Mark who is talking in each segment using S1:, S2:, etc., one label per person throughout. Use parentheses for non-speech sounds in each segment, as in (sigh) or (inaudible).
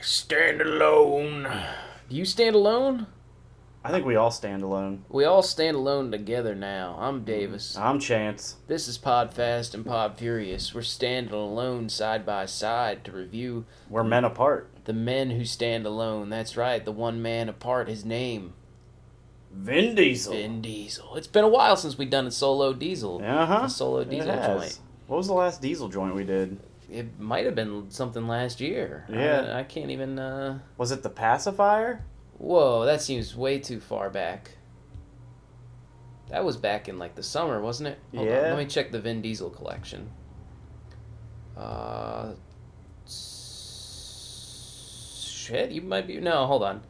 S1: Stand alone. Do you stand alone?
S2: I think we all stand alone.
S1: We all stand alone together now. I'm Davis.
S2: I'm Chance.
S1: This is Podfast and Pod Furious. We're standing alone side by side to review
S2: We're men apart.
S1: the men who stand alone. That's right, the one man apart. His name,
S2: Vin Diesel.
S1: Vin Diesel. It's been a while since we've done a solo Diesel.
S2: Uh-huh.
S1: A solo
S2: It
S1: Diesel
S2: has.
S1: joint.
S2: What was the last Diesel joint we did?
S1: It might have been something last year. I-
S2: Yeah.
S1: I, can't even. uh
S2: Was it the pacifier?
S1: Whoa, that seems way too far back. That was back in like the summer, wasn't it? on,
S2: Yeah.
S1: let me check the Vin Diesel collection. Uh, s- shit, you might be no. Hold on,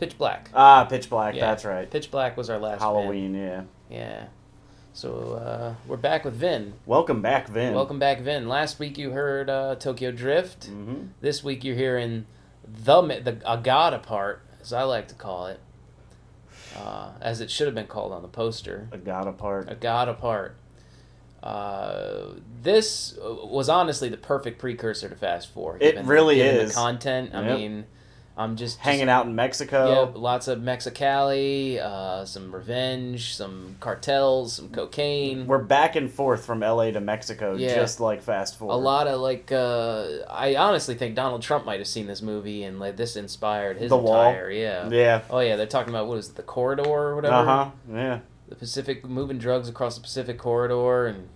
S1: Pitch Black.
S2: Ah, Pitch Black.
S1: Yeah.
S2: That's right.
S1: Pitch Black was our last Vin.
S2: Halloween. Yeah.
S1: Yeah. So uh, we're back with Vin.
S2: Welcome back, Vin.
S1: Welcome back, Vin. Last week you heard uh, Tokyo Drift.
S2: hmm
S1: This week you're hearing the ma- the a god apart, as I like to call it, uh, as it should have been called on the poster,
S2: A god apart.
S1: a god apart. Uh, this was honestly the perfect precursor to Fast Four.
S2: It really
S1: given
S2: is.
S1: the content. I
S2: Yep.
S1: mean, I'm just,
S2: Hanging out in
S1: Yeah,
S2: Mexico.
S1: lots of Mexicali, uh, some revenge, some cartels, some cocaine.
S2: We're back and forth from L.A. to Mexico,
S1: Yeah.
S2: just like Fast Forward.
S1: a lot of like uh i honestly think donald trump might have seen this movie and like this inspired his
S2: The Wall?
S1: entire yeah
S2: Yeah.
S1: oh yeah they're talking about what is it the corridor or whatever
S2: Uh huh. Yeah.
S1: the pacific moving drugs across the pacific corridor and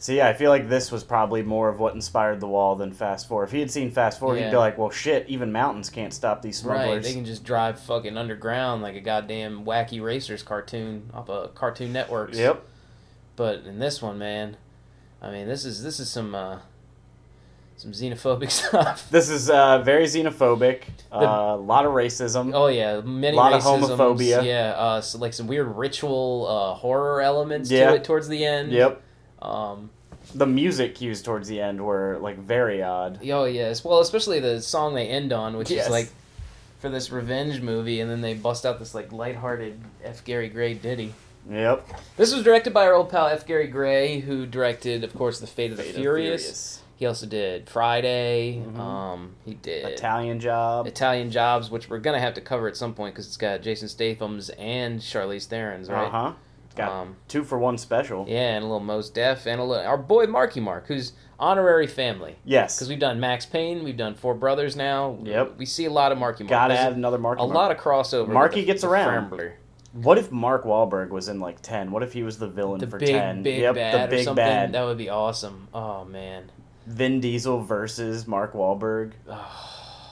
S2: See, I feel like this was probably more of what inspired the wall than Fast Four. If he had seen Fast Four, he'd
S1: Yeah.
S2: be like, "Well, shit, even mountains can't stop these
S1: right
S2: smugglers."
S1: they can just drive fucking underground like a goddamn wacky racers cartoon off of cartoon networks
S2: Yep.
S1: but in this one man i mean this is this is some uh some xenophobic (laughs) stuff
S2: This is uh, very xenophobic. uh, A lot of racism.
S1: Oh yeah, many
S2: Lot of
S1: racisms,
S2: homophobia.
S1: Yeah, uh, so like some weird ritual uh, horror elements
S2: Yeah.
S1: to it towards the end.
S2: Yep.
S1: Um.
S2: The music cues towards the end were like very odd.
S1: Oh yes. Well, especially the song they end on, which
S2: Yes.
S1: is like for this revenge movie, and then they bust out this like lighthearted F. Gary Gray ditty.
S2: Yep.
S1: This was directed by our old pal F. Gary Gray, who directed, of course, The Fate of the Furious. He also did Friday.
S2: Mhm.
S1: Um. He did.
S2: Italian job.
S1: Italian jobs, which we're gonna have to cover at some point because it's got Jason Statham's and Charlize Theron's, right?
S2: Uh huh. Got
S1: Um,
S2: two for one special.
S1: Yeah, and a little Mos Def, and a little our boy Marky Mark, who's honorary family. Because
S2: Yes.
S1: we've done Max Payne, we've done Four Brothers now.
S2: Yep.
S1: We see a lot of Marky Mark.
S2: Gotta
S1: There's
S2: add another Mark.
S1: a lot of crossover.
S2: Marky
S1: with
S2: gets around.
S1: Frambler.
S2: What if Mark Wahlberg was in like ten? What if he was the villain
S1: The
S2: for
S1: big,
S2: ten?
S1: big
S2: yep.
S1: bad
S2: the
S1: or
S2: big
S1: something.
S2: bad.
S1: That would be awesome. Oh man.
S2: Vin Diesel versus Mark Wahlberg.
S1: Oh,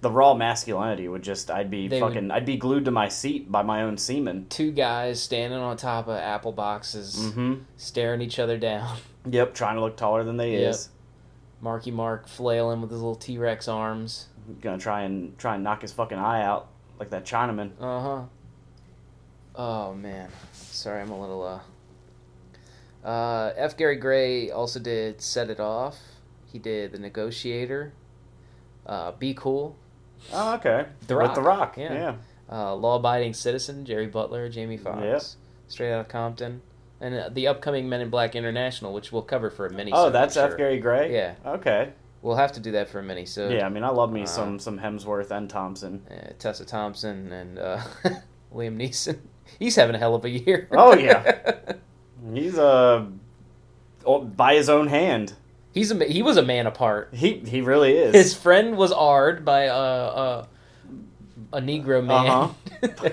S2: The raw masculinity would just. I'd be
S1: They would-
S2: fucking. I'd be glued to my seat by my own semen.
S1: two guys standing on top of apple boxes,
S2: Mm-hmm.
S1: staring each other down. (laughs)
S2: Yep. Trying to look taller than they
S1: Yep.
S2: is.
S1: Marky Mark flailing with his little T Rex arms.
S2: gonna try and try and knock his fucking eye out like that Chinaman.
S1: Uh huh. Oh man, sorry, I'm a little uh. Uh, F. Gary Gray also did "Set It Off." He did "The Negotiator," uh, "Be Cool,"
S2: Oh, okay.
S1: The
S2: With
S1: Rock.
S2: the Rock.
S1: Yeah.
S2: Yeah.
S1: uh, "Law Abiding Citizen," Jerry Butler, Jamie Foxx,
S2: Yep.
S1: straight out of Compton, and uh, the upcoming Men in Black International, which we'll cover for a mini.
S2: Oh, that's
S1: sure.
S2: F. Gary Gray.
S1: Yeah,
S2: Okay.
S1: we'll have to do that for a mini. So
S2: yeah. Uh-huh. I mean, I love me
S1: Uh,
S2: some some Hemsworth and Thompson.
S1: uh, Tessa Thompson and uh, (laughs) Liam Neeson. (laughs) He's having a hell of a year. (laughs)
S2: Oh, yeah. He's uh, oh, by his own hand.
S1: He's a ma- he was a man apart.
S2: He he really is.
S1: His friend was Ard by a uh, uh, a Negro man.
S2: (laughs) Uh-huh.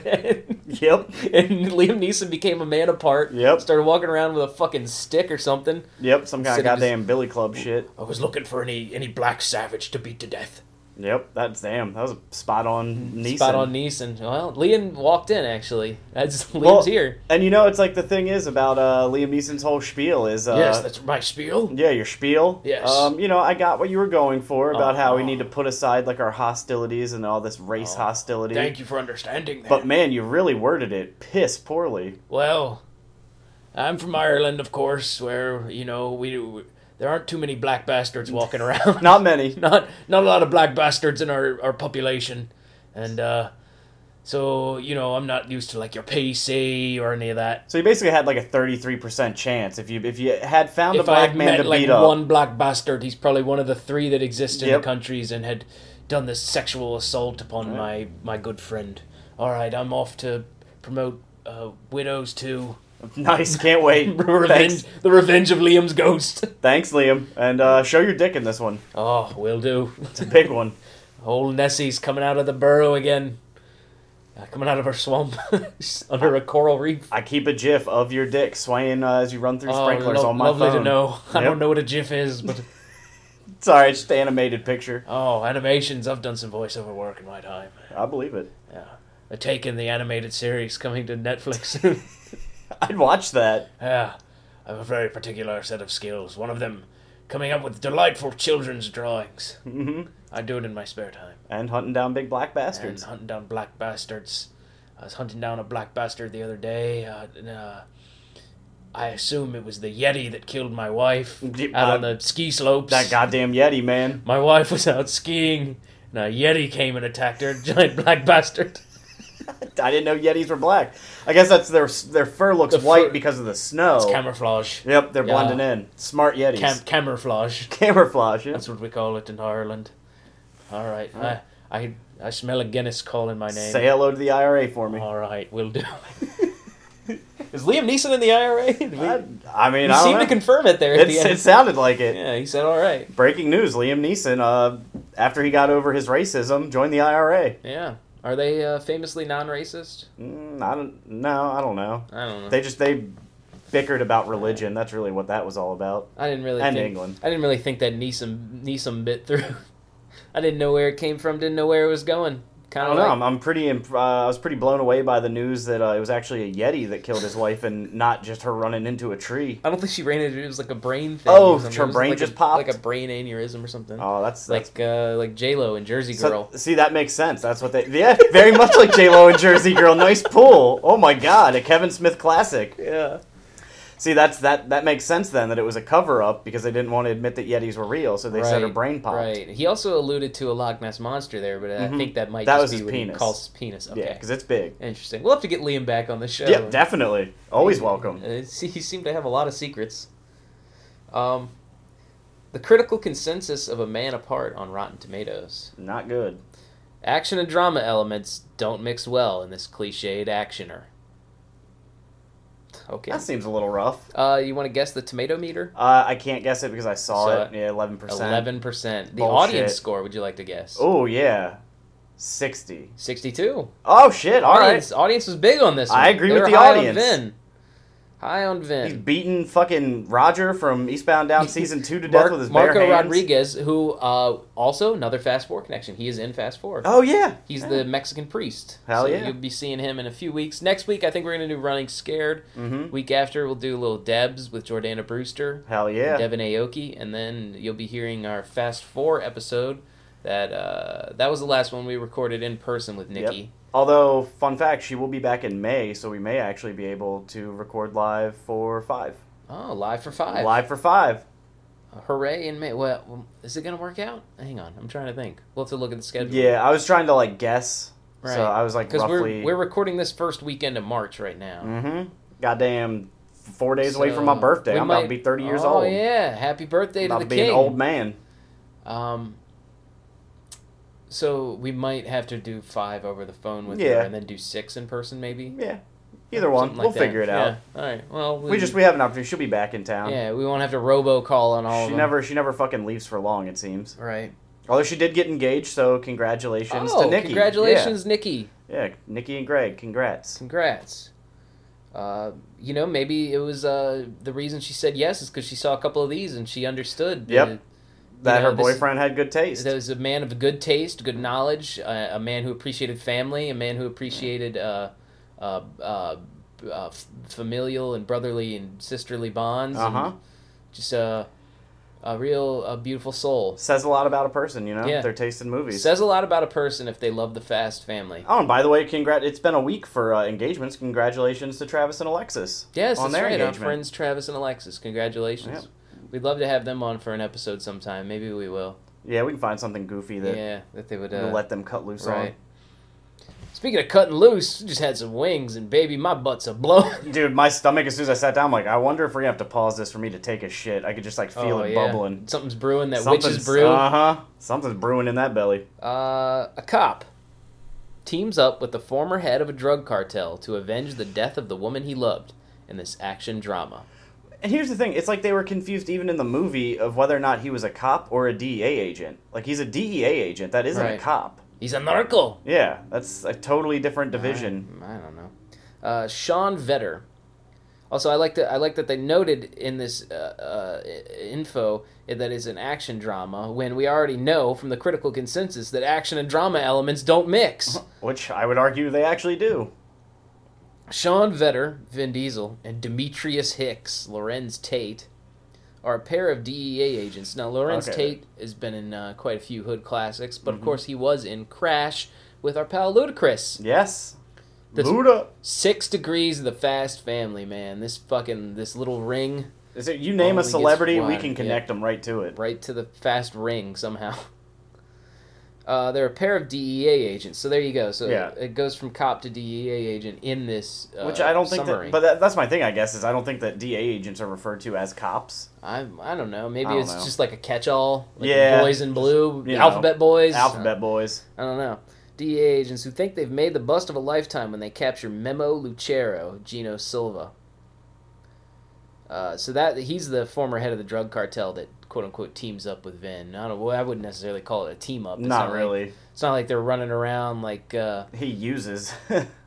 S2: Yep.
S1: (laughs) and Liam Neeson became a man apart.
S2: Yep.
S1: Started walking around with a fucking stick or something.
S2: Yep. Some kind of
S1: Said he was-
S2: goddamn Billy Club shit.
S1: I was looking for any any black savage to beat to death.
S2: Yep. That's damn. That was a spot on Neeson.
S1: Mm-hmm. Spot on Neeson. Well, Liam walked in actually. That's (laughs) Liam's
S2: Well,
S1: here.
S2: And you know, it's like the thing is about uh, Liam Neeson's whole spiel is uh,
S1: that's my spiel.
S2: Yeah, your spiel.
S1: Yes.
S2: Um, you know, I got what you were going for about how we
S1: Uh-huh.
S2: need to put aside like our hostilities and all this race
S1: Oh,
S2: hostility.
S1: you for understanding that.
S2: But man, you really worded it piss poorly.
S1: Well, I'm from Ireland, of course, where you know we, we- there aren't too many black bastards walking
S2: (laughs)
S1: around. (laughs)
S2: Not many.
S1: not not a lot of black bastards in our, our population, and uh, So you know, I'm not used to like your PC or any of that.
S2: So you basically had like a 33% chance if you if you had found a
S1: if I
S2: black
S1: had
S2: man
S1: met
S2: to
S1: like
S2: beat up.
S1: one black bastard, he's probably one of the three that exist in
S2: Yep.
S1: the countries and had done this sexual assault upon
S2: Right.
S1: my my good friend. All right, I'm off to promote uh, Widows (laughs) Two.
S2: (laughs) Nice, can't wait.
S1: (laughs) Revenge,
S2: Thanks,
S1: the Revenge of Liam's Ghost. (laughs)
S2: thanks, Liam, and uh, show your dick in this one.
S1: Oh, will do.
S2: It's a big one.
S1: Old Nessie's coming out of the burrow again. Uh, coming out of her swamp (laughs) She's under a coral reef.
S2: I keep a GIF of your dick swaying uh, as you run through
S1: Oh,
S2: sprinklers
S1: lo-
S2: on my
S1: lovely
S2: phone.
S1: to know. (laughs) I
S2: Yep.
S1: don't know what a GIF is, but
S2: Sorry, it's just an animated picture.
S1: oh, animations. I've done some voiceover work in my time.
S2: I believe it.
S1: Yeah, a Taken the animated series coming to Netflix
S2: (laughs)
S1: soon.
S2: I'd watch that.
S1: yeah, I have a very particular set of skills. One of them, coming up with delightful children's drawings.
S2: hmm
S1: I do it in my spare time.
S2: And hunting down big black bastards.
S1: And hunting down black bastards. I was hunting down a black bastard the other day. Uh, and, uh, I assume it was the Yeti that killed my wife
S2: Yep,
S1: out on
S2: I-
S1: the ski slopes. (laughs)
S2: That goddamn Yeti, man.
S1: My wife was out skiing, and a Yeti came and attacked her. (laughs) Giant black bastard.
S2: I didn't know Yetis were black. I guess that's their their fur looks
S1: The fur-
S2: white because of the snow.
S1: It's camouflage.
S2: Yep, they're
S1: Yeah.
S2: blending in. Smart Yetis.
S1: Cam- camouflage.
S2: Camouflage. Yeah.
S1: That's what we call it in Ireland. All right.
S2: Huh.
S1: I, I I smell a Guinness calling my name. Uh-huh.
S2: Say hello to the IRA for me.
S1: All right, we'll do. (laughs) Is Liam Neeson in the IRA? Did we-
S2: (laughs) I, I mean,
S1: you
S2: I don't
S1: seem
S2: know.
S1: to confirm it there at the
S2: It's-
S1: end.
S2: it sounded like it.
S1: Yeah, he said all right.
S2: Breaking news: Liam Neeson, uh, after he got over his racism, joined the IRA.
S1: Yeah. Are they uh, famously non-racist?
S2: Mm, I don't. No, I don't know.
S1: I don't know.
S2: They just they bickered about religion. That's really what that was all about.
S1: I didn't really
S2: And
S1: think,
S2: England.
S1: I didn't really think that Neeson Neeson bit through. (laughs) I didn't know where it came from. Didn't know where it was going.
S2: I
S1: Kind
S2: don't
S1: of
S2: know.
S1: like
S2: I'm, I'm pretty. Imp- uh, I was pretty blown away by the news that uh, it was actually a yeti that killed his wife, and not just her running into a tree.
S1: I don't think she ran into it. It was like a brain thing.
S2: Oh,
S1: or something.
S2: her
S1: It was
S2: brain
S1: like
S2: just
S1: a,
S2: popped?
S1: like a brain aneurysm or something.
S2: Oh, that's that's
S1: like uh, like J Lo in Jersey
S2: So-
S1: Girl.
S2: see, that makes sense. That's what they. Yeah, (laughs) very much like J Lo and Jersey Girl. Nice pull. Oh my God, a Kevin Smith classic.
S1: yeah.
S2: See, that's that. That makes sense then that it was a cover up because they didn't want to admit that Yetis were real, so they said her brain popped.
S1: Right. He also alluded to a Loch Ness monster there, but I
S2: Mhm.
S1: think that might
S2: That
S1: just
S2: was
S1: be
S2: his
S1: what he
S2: penis.
S1: calls his penis. Okay.
S2: Yeah, because it's big.
S1: Interesting. We'll have to get Liam back on the show.
S2: yeah, definitely. Always welcome.
S1: Uh, (laughs) He he seemed to have a lot of secrets. Um, the critical consensus of A Man Apart on Rotten Tomatoes.
S2: Not good.
S1: Action and drama elements don't mix well in this cliched actioner. Okay.
S2: That seems a little rough.
S1: Uh, you want to guess the tomato meter?
S2: Uh, I can't guess it because I saw,
S1: Saw
S2: it. Yeah, eleven percent.
S1: Eleven percent. The
S2: Bullshit.
S1: audience score. Would you like to guess?
S2: Oh yeah, sixty.
S1: Sixty-two.
S2: Oh shit! All right.
S1: audience, audience was big on this.
S2: I
S1: one.
S2: agree
S1: They
S2: with
S1: were
S2: the
S1: high
S2: audience.
S1: On Vin. High on Vin.
S2: He's beating fucking Roger from
S1: (laughs)
S2: Eastbound Down season two to death
S1: Mar-
S2: with his
S1: Marco
S2: bare hands.
S1: Rodriguez, who uh, also another Fast Four connection. He is in Fast Four.
S2: Oh yeah,
S1: He's
S2: yeah.
S1: the Mexican priest.
S2: Hell
S1: so
S2: yeah.
S1: You'll be seeing him in a few weeks. Next week, I think we're gonna do Running Scared.
S2: Mm-hmm.
S1: Week after, we'll do a little Debs with Jordana Brewster,
S2: Hell
S1: and
S2: yeah.
S1: Devin Aoki, and then you'll be hearing our Fast Four episode. That uh, that was the last one we recorded in person with Nikki.
S2: Although, fun fact, she will be back in May, so we may actually be able to record live for five.
S1: Oh, live for five.
S2: Live for five.
S1: Hooray in May. Well, is it going to work out? Hang on. I'm trying to think. We'll have to look at the schedule.
S2: Yeah, I was trying to like guess,
S1: Right.
S2: so I was like
S1: Because
S2: roughly.
S1: we're, we're recording this first weekend of March right now.
S2: Mm-hmm. Goddamn, four days away from
S1: So,
S2: my birthday.
S1: we
S2: I'm about to
S1: might-
S2: be thirty years
S1: oh,
S2: old.
S1: yeah. Happy birthday
S2: about
S1: to
S2: to
S1: the
S2: be
S1: king.
S2: an old man.
S1: Um, so we might have to do five over the phone with her
S2: Yeah.
S1: and then do six in person maybe.
S2: Yeah. Either one,
S1: Something like
S2: we'll
S1: that.
S2: figure it out.
S1: Yeah. All right. Well,
S2: We just we have an opportunity. She'll be back in town.
S1: Yeah, we won't have to robocall on all of
S2: she
S1: them.
S2: never she never fucking leaves for long. It seems.
S1: Right.
S2: Although she did get engaged, so congratulations
S1: oh,
S2: to Nikki.
S1: congratulations, Nikki.
S2: Yeah. yeah, Nikki and Greg, congrats.
S1: Congrats. Uh, you know, maybe it was uh, the reason she said yes is because she saw a couple of these and she understood.
S2: Yep.
S1: that-
S2: That
S1: know,
S2: her
S1: this-
S2: boyfriend had good taste.
S1: that was a man of good taste, good knowledge, uh, a man who appreciated family, a man who appreciated uh, uh, uh, uh, f- familial and brotherly and sisterly bonds. and
S2: Uh-huh.
S1: Just a, a real a beautiful soul.
S2: Says a lot about a person, you know,
S1: Yeah.
S2: their taste in movies.
S1: Says a lot about a person if they love the Fast family.
S2: Oh, and by the way, congrat! It's been a week for uh, engagements. Congratulations to Travis and Alexis.
S1: Yes,
S2: on
S1: that's
S2: their
S1: right. Our
S2: engagement.
S1: friends Travis and Alexis, congratulations. We'd love to have them on for an episode sometime. Maybe we will.
S2: Yeah, we can find something goofy that
S1: yeah, that they would
S2: we'll
S1: uh,
S2: let them cut loose
S1: right. Speaking of cutting loose, just had some wings, and baby, my butt's a blow.
S2: Dude, my stomach, as soon as I sat down, I'm like, I wonder if we're gonna have to pause this for me to take a shit. I could just like feel
S1: Oh,
S2: it
S1: yeah.
S2: bubbling.
S1: Something's brewing. That witch's
S2: Something's
S1: brew.
S2: Uh huh. Something's brewing in that belly.
S1: Uh, a cop teams up with the former head of a drug cartel to avenge the death of the woman he loved in this action drama.
S2: And here's the thing: it's like they were confused even in the movie of whether or not he was a cop or a DEA agent. Like he's a DEA agent. That isn't
S1: Right.
S2: a cop.
S1: He's a narco.
S2: Yeah, that's a totally different division.
S1: I, I don't know. Uh, Sean Vetter. Also, I like that. I like that they noted in this uh, uh, i- info that is an action drama when we already know from the critical consensus that action and drama elements don't
S2: (laughs)
S1: mix.
S2: Which I would argue they actually do.
S1: Sean Vetter, Vin Diesel, and Demetrius Hicks, Lorenz Tate, are a pair of DEA agents. Now, Lorenz
S2: Okay. Mm-hmm.
S1: Tate has been in uh, quite a few hood classics, but of course he was in Crash with our pal Ludacris.
S2: Yes.
S1: That's-
S2: Luda.
S1: Six degrees of the Fast Family, man. This fucking this little ring,
S2: Is it, you name
S1: Only
S2: a
S1: Oh, gets
S2: celebrity,
S1: one,
S2: we can connect them right to it.
S1: right to the fast ring somehow. (laughs) Uh, they're a pair of DEA agents, so there you go. So
S2: Yeah.
S1: it goes from cop to DEA agent in this. Uh,
S2: Which I don't think
S1: summary.
S2: that, but that, that's my thing, I guess, is I don't think that DA agents are referred to as cops.
S1: I I don't know. Maybe
S2: I don't
S1: it's
S2: know.
S1: just like a catch-all. Like
S2: Yeah.
S1: Boys in blue,
S2: You know,
S1: alphabet boys.
S2: Alphabet Boys.
S1: I don't know. DEA agents who think they've made the bust of a lifetime when they capture Memo Lucero, Gino Silva. Uh, so that he's the former head of the drug cartel that quote unquote teams up with Vin. I don't. Well, I wouldn't necessarily call it a team up. It's
S2: Not
S1: like-
S2: really.
S1: it's not like they're running around like. Uh,
S2: He uses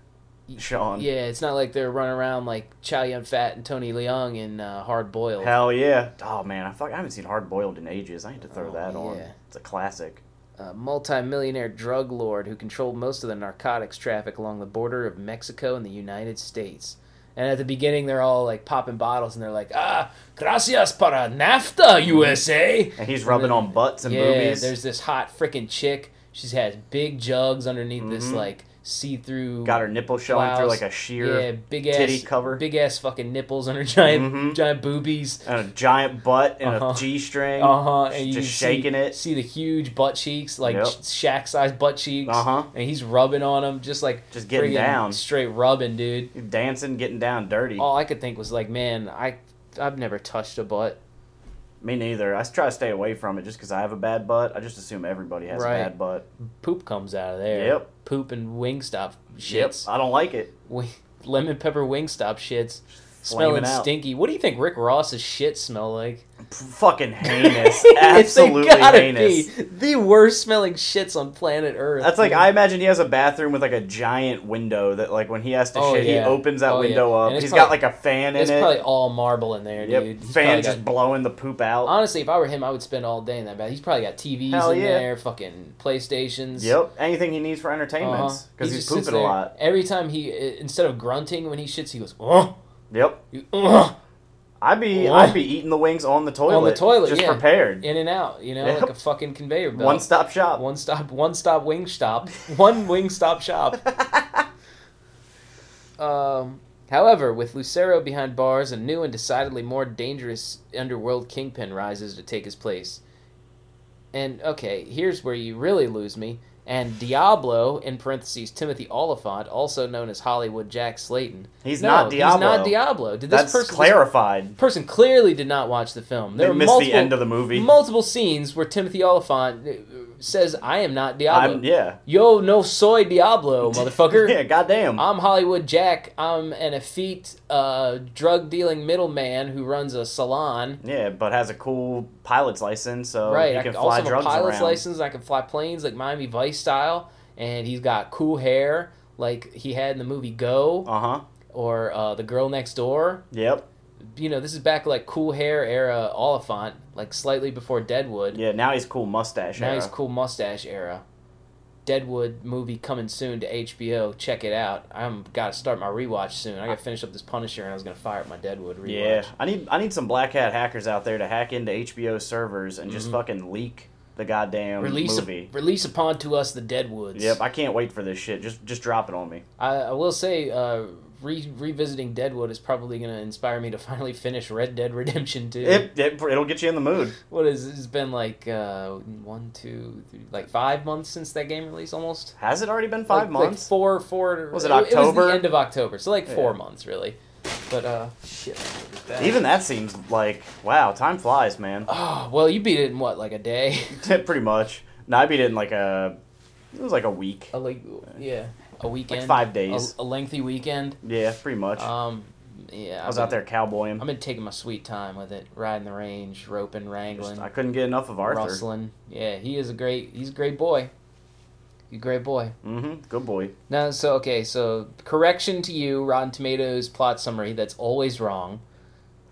S2: (laughs) Sean.
S1: yeah, it's not like they're running around like Chow Yun Fat and Tony Leung in uh, Hard Boiled.
S2: Hell yeah. Oh man, I, fuck, I haven't seen Hard Boiled in ages. I need to throw
S1: Oh,
S2: that on.
S1: yeah.
S2: It's a classic.
S1: a multimillionaire drug lord who controlled most of the narcotics traffic along the border of Mexico and the United States. And at the beginning, they're all like popping bottles, and they're like, "Ah, gracias para NAFTA, USA."
S2: And he's rubbing on butts and
S1: yeah,
S2: boobies.
S1: there's this hot freaking chick. She's has big jugs underneath this
S2: Mhm.
S1: like see-through.
S2: Got her nipple showing through
S1: blouse.
S2: like a sheer
S1: yeah, big
S2: titty
S1: ass
S2: cover.
S1: big ass fucking nipples on her (laughs) giant
S2: Mhm.
S1: giant boobies.
S2: and a giant butt and
S1: Uh-huh.
S2: a G string.
S1: Uh huh. And you
S2: just
S1: see-
S2: shaking it.
S1: See the huge butt cheeks, like
S2: Yep.
S1: shack sized butt cheeks.
S2: Uh huh.
S1: and he's rubbing on him, just like
S2: Just getting
S1: friggin'
S2: down.
S1: straight rubbing, dude.
S2: Dancing, getting down dirty.
S1: All I could think was like, man, I I've never touched a butt.
S2: Me neither. I try to stay away from it just because I have a bad butt. I just assume everybody has
S1: Right.
S2: a bad butt.
S1: Poop comes out of there.
S2: Yep.
S1: Poop and Wingstop shits.
S2: I don't
S1: (laughs)
S2: like it.
S1: Wi- lemon pepper Wingstop shits.
S2: Flaming
S1: Smelling
S2: out.
S1: stinky. What do you think Rick Ross's shit smell like?
S2: P- fucking (laughs)
S1: (laughs)
S2: heinous.
S1: They
S2: Absolutely
S1: gotta
S2: heinous.
S1: be the worst smelling shits on planet Earth.
S2: That's like
S1: dude.
S2: I imagine he has a bathroom with like a giant window that like when he has to
S1: Oh,
S2: shit he
S1: yeah.
S2: opens that
S1: Oh, yeah.
S2: window up.
S1: And it's
S2: He's got
S1: probably-
S2: like a fan in
S1: It's
S2: it.
S1: probably all marble in there,
S2: yep.
S1: dude. He's
S2: fan
S1: probably
S2: just
S1: got-
S2: blowing the poop out.
S1: Honestly, if I were him, I would spend all day in that bath. He's probably got TVs
S2: Hell
S1: in
S2: yeah.
S1: there, fucking PlayStations.
S2: yep. Anything he needs for entertainment
S1: Uh-huh.
S2: because
S1: He
S2: he's
S1: just sits
S2: pooping a
S1: there.
S2: lot.
S1: Every time he, instead of grunting when he shits, he goes, oh,
S2: Yep.
S1: you- oh,"
S2: I'd be
S1: Yeah.
S2: I'd be eating the wings on the toilet.
S1: toilet,
S2: Just
S1: yeah.
S2: prepared.
S1: in and out, you know,
S2: Yep.
S1: like a fucking conveyor belt.
S2: One stop shop.
S1: one stop, one stop wing stop, (laughs) one wing stop
S2: (laughs)
S1: shop. Um, however, with Lucero behind bars, a new and decidedly more dangerous underworld kingpin rises to take his place. And okay, here's where you really lose me. And Diablo, in parentheses, Timothy Oliphant, also known as Hollywood Jack Slayton.
S2: He's
S1: No,
S2: not Diablo.
S1: He's not Diablo. Did this
S2: That's
S1: person?
S2: clarified.
S1: This person clearly did not watch the film. There
S2: They
S1: are
S2: missed
S1: multiple,
S2: the end of the movie.
S1: multiple scenes where Timothy Oliphant uh, says, "I am not Diablo."
S2: I'm, yeah.
S1: Yo, no soy
S2: (laughs)
S1: Diablo, motherfucker.
S2: yeah, goddamn.
S1: I'm Hollywood Jack. I'm an effete uh, drug dealing middleman who runs a salon.
S2: yeah, but has a cool pilot's license, so
S1: right.
S2: Oh, he
S1: I
S2: can
S1: also
S2: fly
S1: have a
S2: drugs
S1: pilot's
S2: around.
S1: license. I can fly planes like Miami Vice style. And he's got cool hair like he had in the movie Go
S2: Uh huh.
S1: or uh, The Girl Next Door.
S2: Yep.
S1: You know, this is back like cool hair era Oliphant, like slightly before Deadwood.
S2: Yeah, now he's cool mustache.
S1: Now
S2: era.
S1: he's cool mustache era. Deadwood movie coming soon to HBO. Check it out. I'm gotta start my rewatch soon. I gotta finish up this Punisher, and I was gonna fire up my Deadwood rewatch.
S2: Yeah, I need I need some black hat hackers out there to hack into HBO servers and just
S1: Mhm.
S2: fucking leak the goddamn
S1: Release,
S2: movie.
S1: release upon to us the dead woods.
S2: Yep, I can't wait for this shit. Just just drop it on me.
S1: I, I will say, uh, re- revisiting Deadwood is probably going to inspire me to (laughs) finally finish Red Dead Redemption 2.
S2: It, it it'll get you in the mood.
S1: What is it's been like uh, one, two, three, like five months since that game release almost.
S2: Has it already been five
S1: Like- like
S2: months?
S1: four, four.
S2: Was it
S1: was
S2: October?
S1: the end of October, so like four
S2: Yeah.
S1: months really. But uh, shit. look at that.
S2: Even that seems like wow. Time flies, man. (laughs)
S1: Oh (sighs) well, you beat it in what, like a day?
S2: Pretty much. No, I beat it in like a. It was like a week.
S1: a, like yeah, a weekend, Oh.
S2: five days.
S1: a, a lengthy weekend.
S2: Yeah, pretty much.
S1: Um, yeah,
S2: I was out there cowboying.
S1: I've been taking my sweet time with it, riding the range, roping,
S2: Just-
S1: wrangling,
S2: I couldn't get enough of Arthur.
S1: rustling. Yeah, he is a great. He's a great boy. He's a great boy.
S2: Mm-hmm. Good boy.
S1: No, so okay, so correction to you, Rotten Tomatoes plot summary that's always wrong.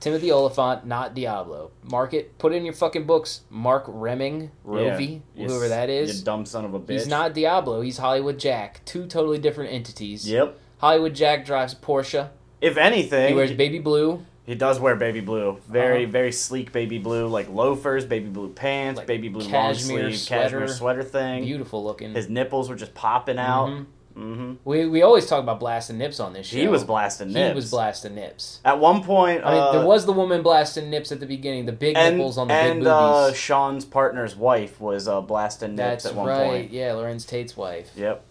S1: Timothy Oliphant, not Diablo. Mark it. Put it in your fucking books. Mark Remming, Rovi,
S2: You
S1: whoever
S2: s-
S1: that
S2: You
S1: is.
S2: dumb son of a bitch.
S1: He's not Diablo. He's Hollywood Jack. Two totally different entities.
S2: Yep.
S1: Hollywood Jack drives a Porsche.
S2: If anything,
S1: He wears baby blue,
S2: He does wear baby blue. Very,
S1: Uh-huh.
S2: very sleek baby blue, like loafers, baby blue pants,
S1: Like
S2: baby blue
S1: cashmere
S2: long sleeve,
S1: sweater.
S2: cashmere sweater thing.
S1: beautiful looking.
S2: His nipples were just popping out.
S1: Mhm.
S2: Mm-hmm.
S1: We we always talk about blasting nips on this show.
S2: He was blasting
S1: He
S2: nips.
S1: was blasting nips.
S2: At one point,
S1: I mean,
S2: uh,
S1: there was the woman blasting nips at the beginning. The big
S2: and,
S1: nipples on the big
S2: and
S1: boobies.
S2: uh, Sean's partner's wife was uh, blasting nips
S1: That's
S2: at one
S1: right.
S2: point.
S1: Yeah, Lorenz Tate's wife.
S2: Yep.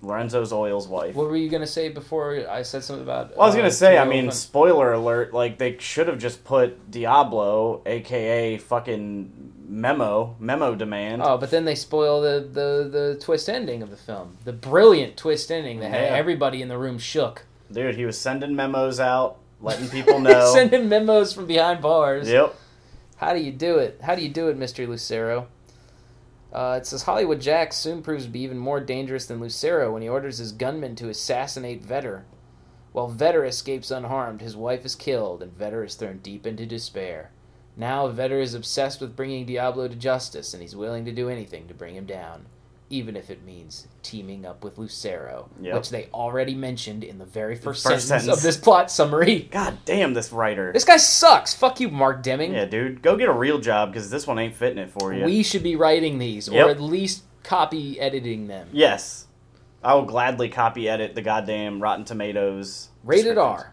S2: Lorenzo's oil's wife.
S1: What were you gonna say before I said something about?
S2: Well, I was
S1: uh,
S2: gonna say, I
S1: Timothy
S2: mean,
S1: Oliphant?
S2: spoiler alert. Like they should have just put Diablo, aka fucking memo, memo demand.
S1: Oh, but then they spoil the, the the twist ending of the film. The brilliant twist ending that
S2: Yeah.
S1: had everybody in the room shook.
S2: Dude, he was sending memos out,
S1: (laughs)
S2: letting people know.
S1: Sending memos from behind bars.
S2: Yep.
S1: How do you do it? How do you do it, Mr. Lucero? Uh, it says Hollywood Jack soon proves to be even more dangerous than Lucero when he orders his gunmen to assassinate Vetter. While Vetter escapes unharmed, his wife is killed, and Vetter is thrown deep into despair. Now Vetter is obsessed with bringing Diablo to justice, and he's willing to do anything to bring him down, even if it means teaming up with Lucero,
S2: Yep.
S1: which they already mentioned in the very first, sentence,
S2: First sentence.
S1: of this plot summary.
S2: God damn this writer.
S1: This guy sucks. Fuck you, Mark Deming.
S2: yeah, dude, go get a real job because this one ain't fitting it for you.
S1: We should be writing these,
S2: Yep.
S1: or at least copy editing them.
S2: yes, I will gladly copy edit the goddamn Rotten Tomatoes.
S1: Rated
S2: descriptions.
S1: R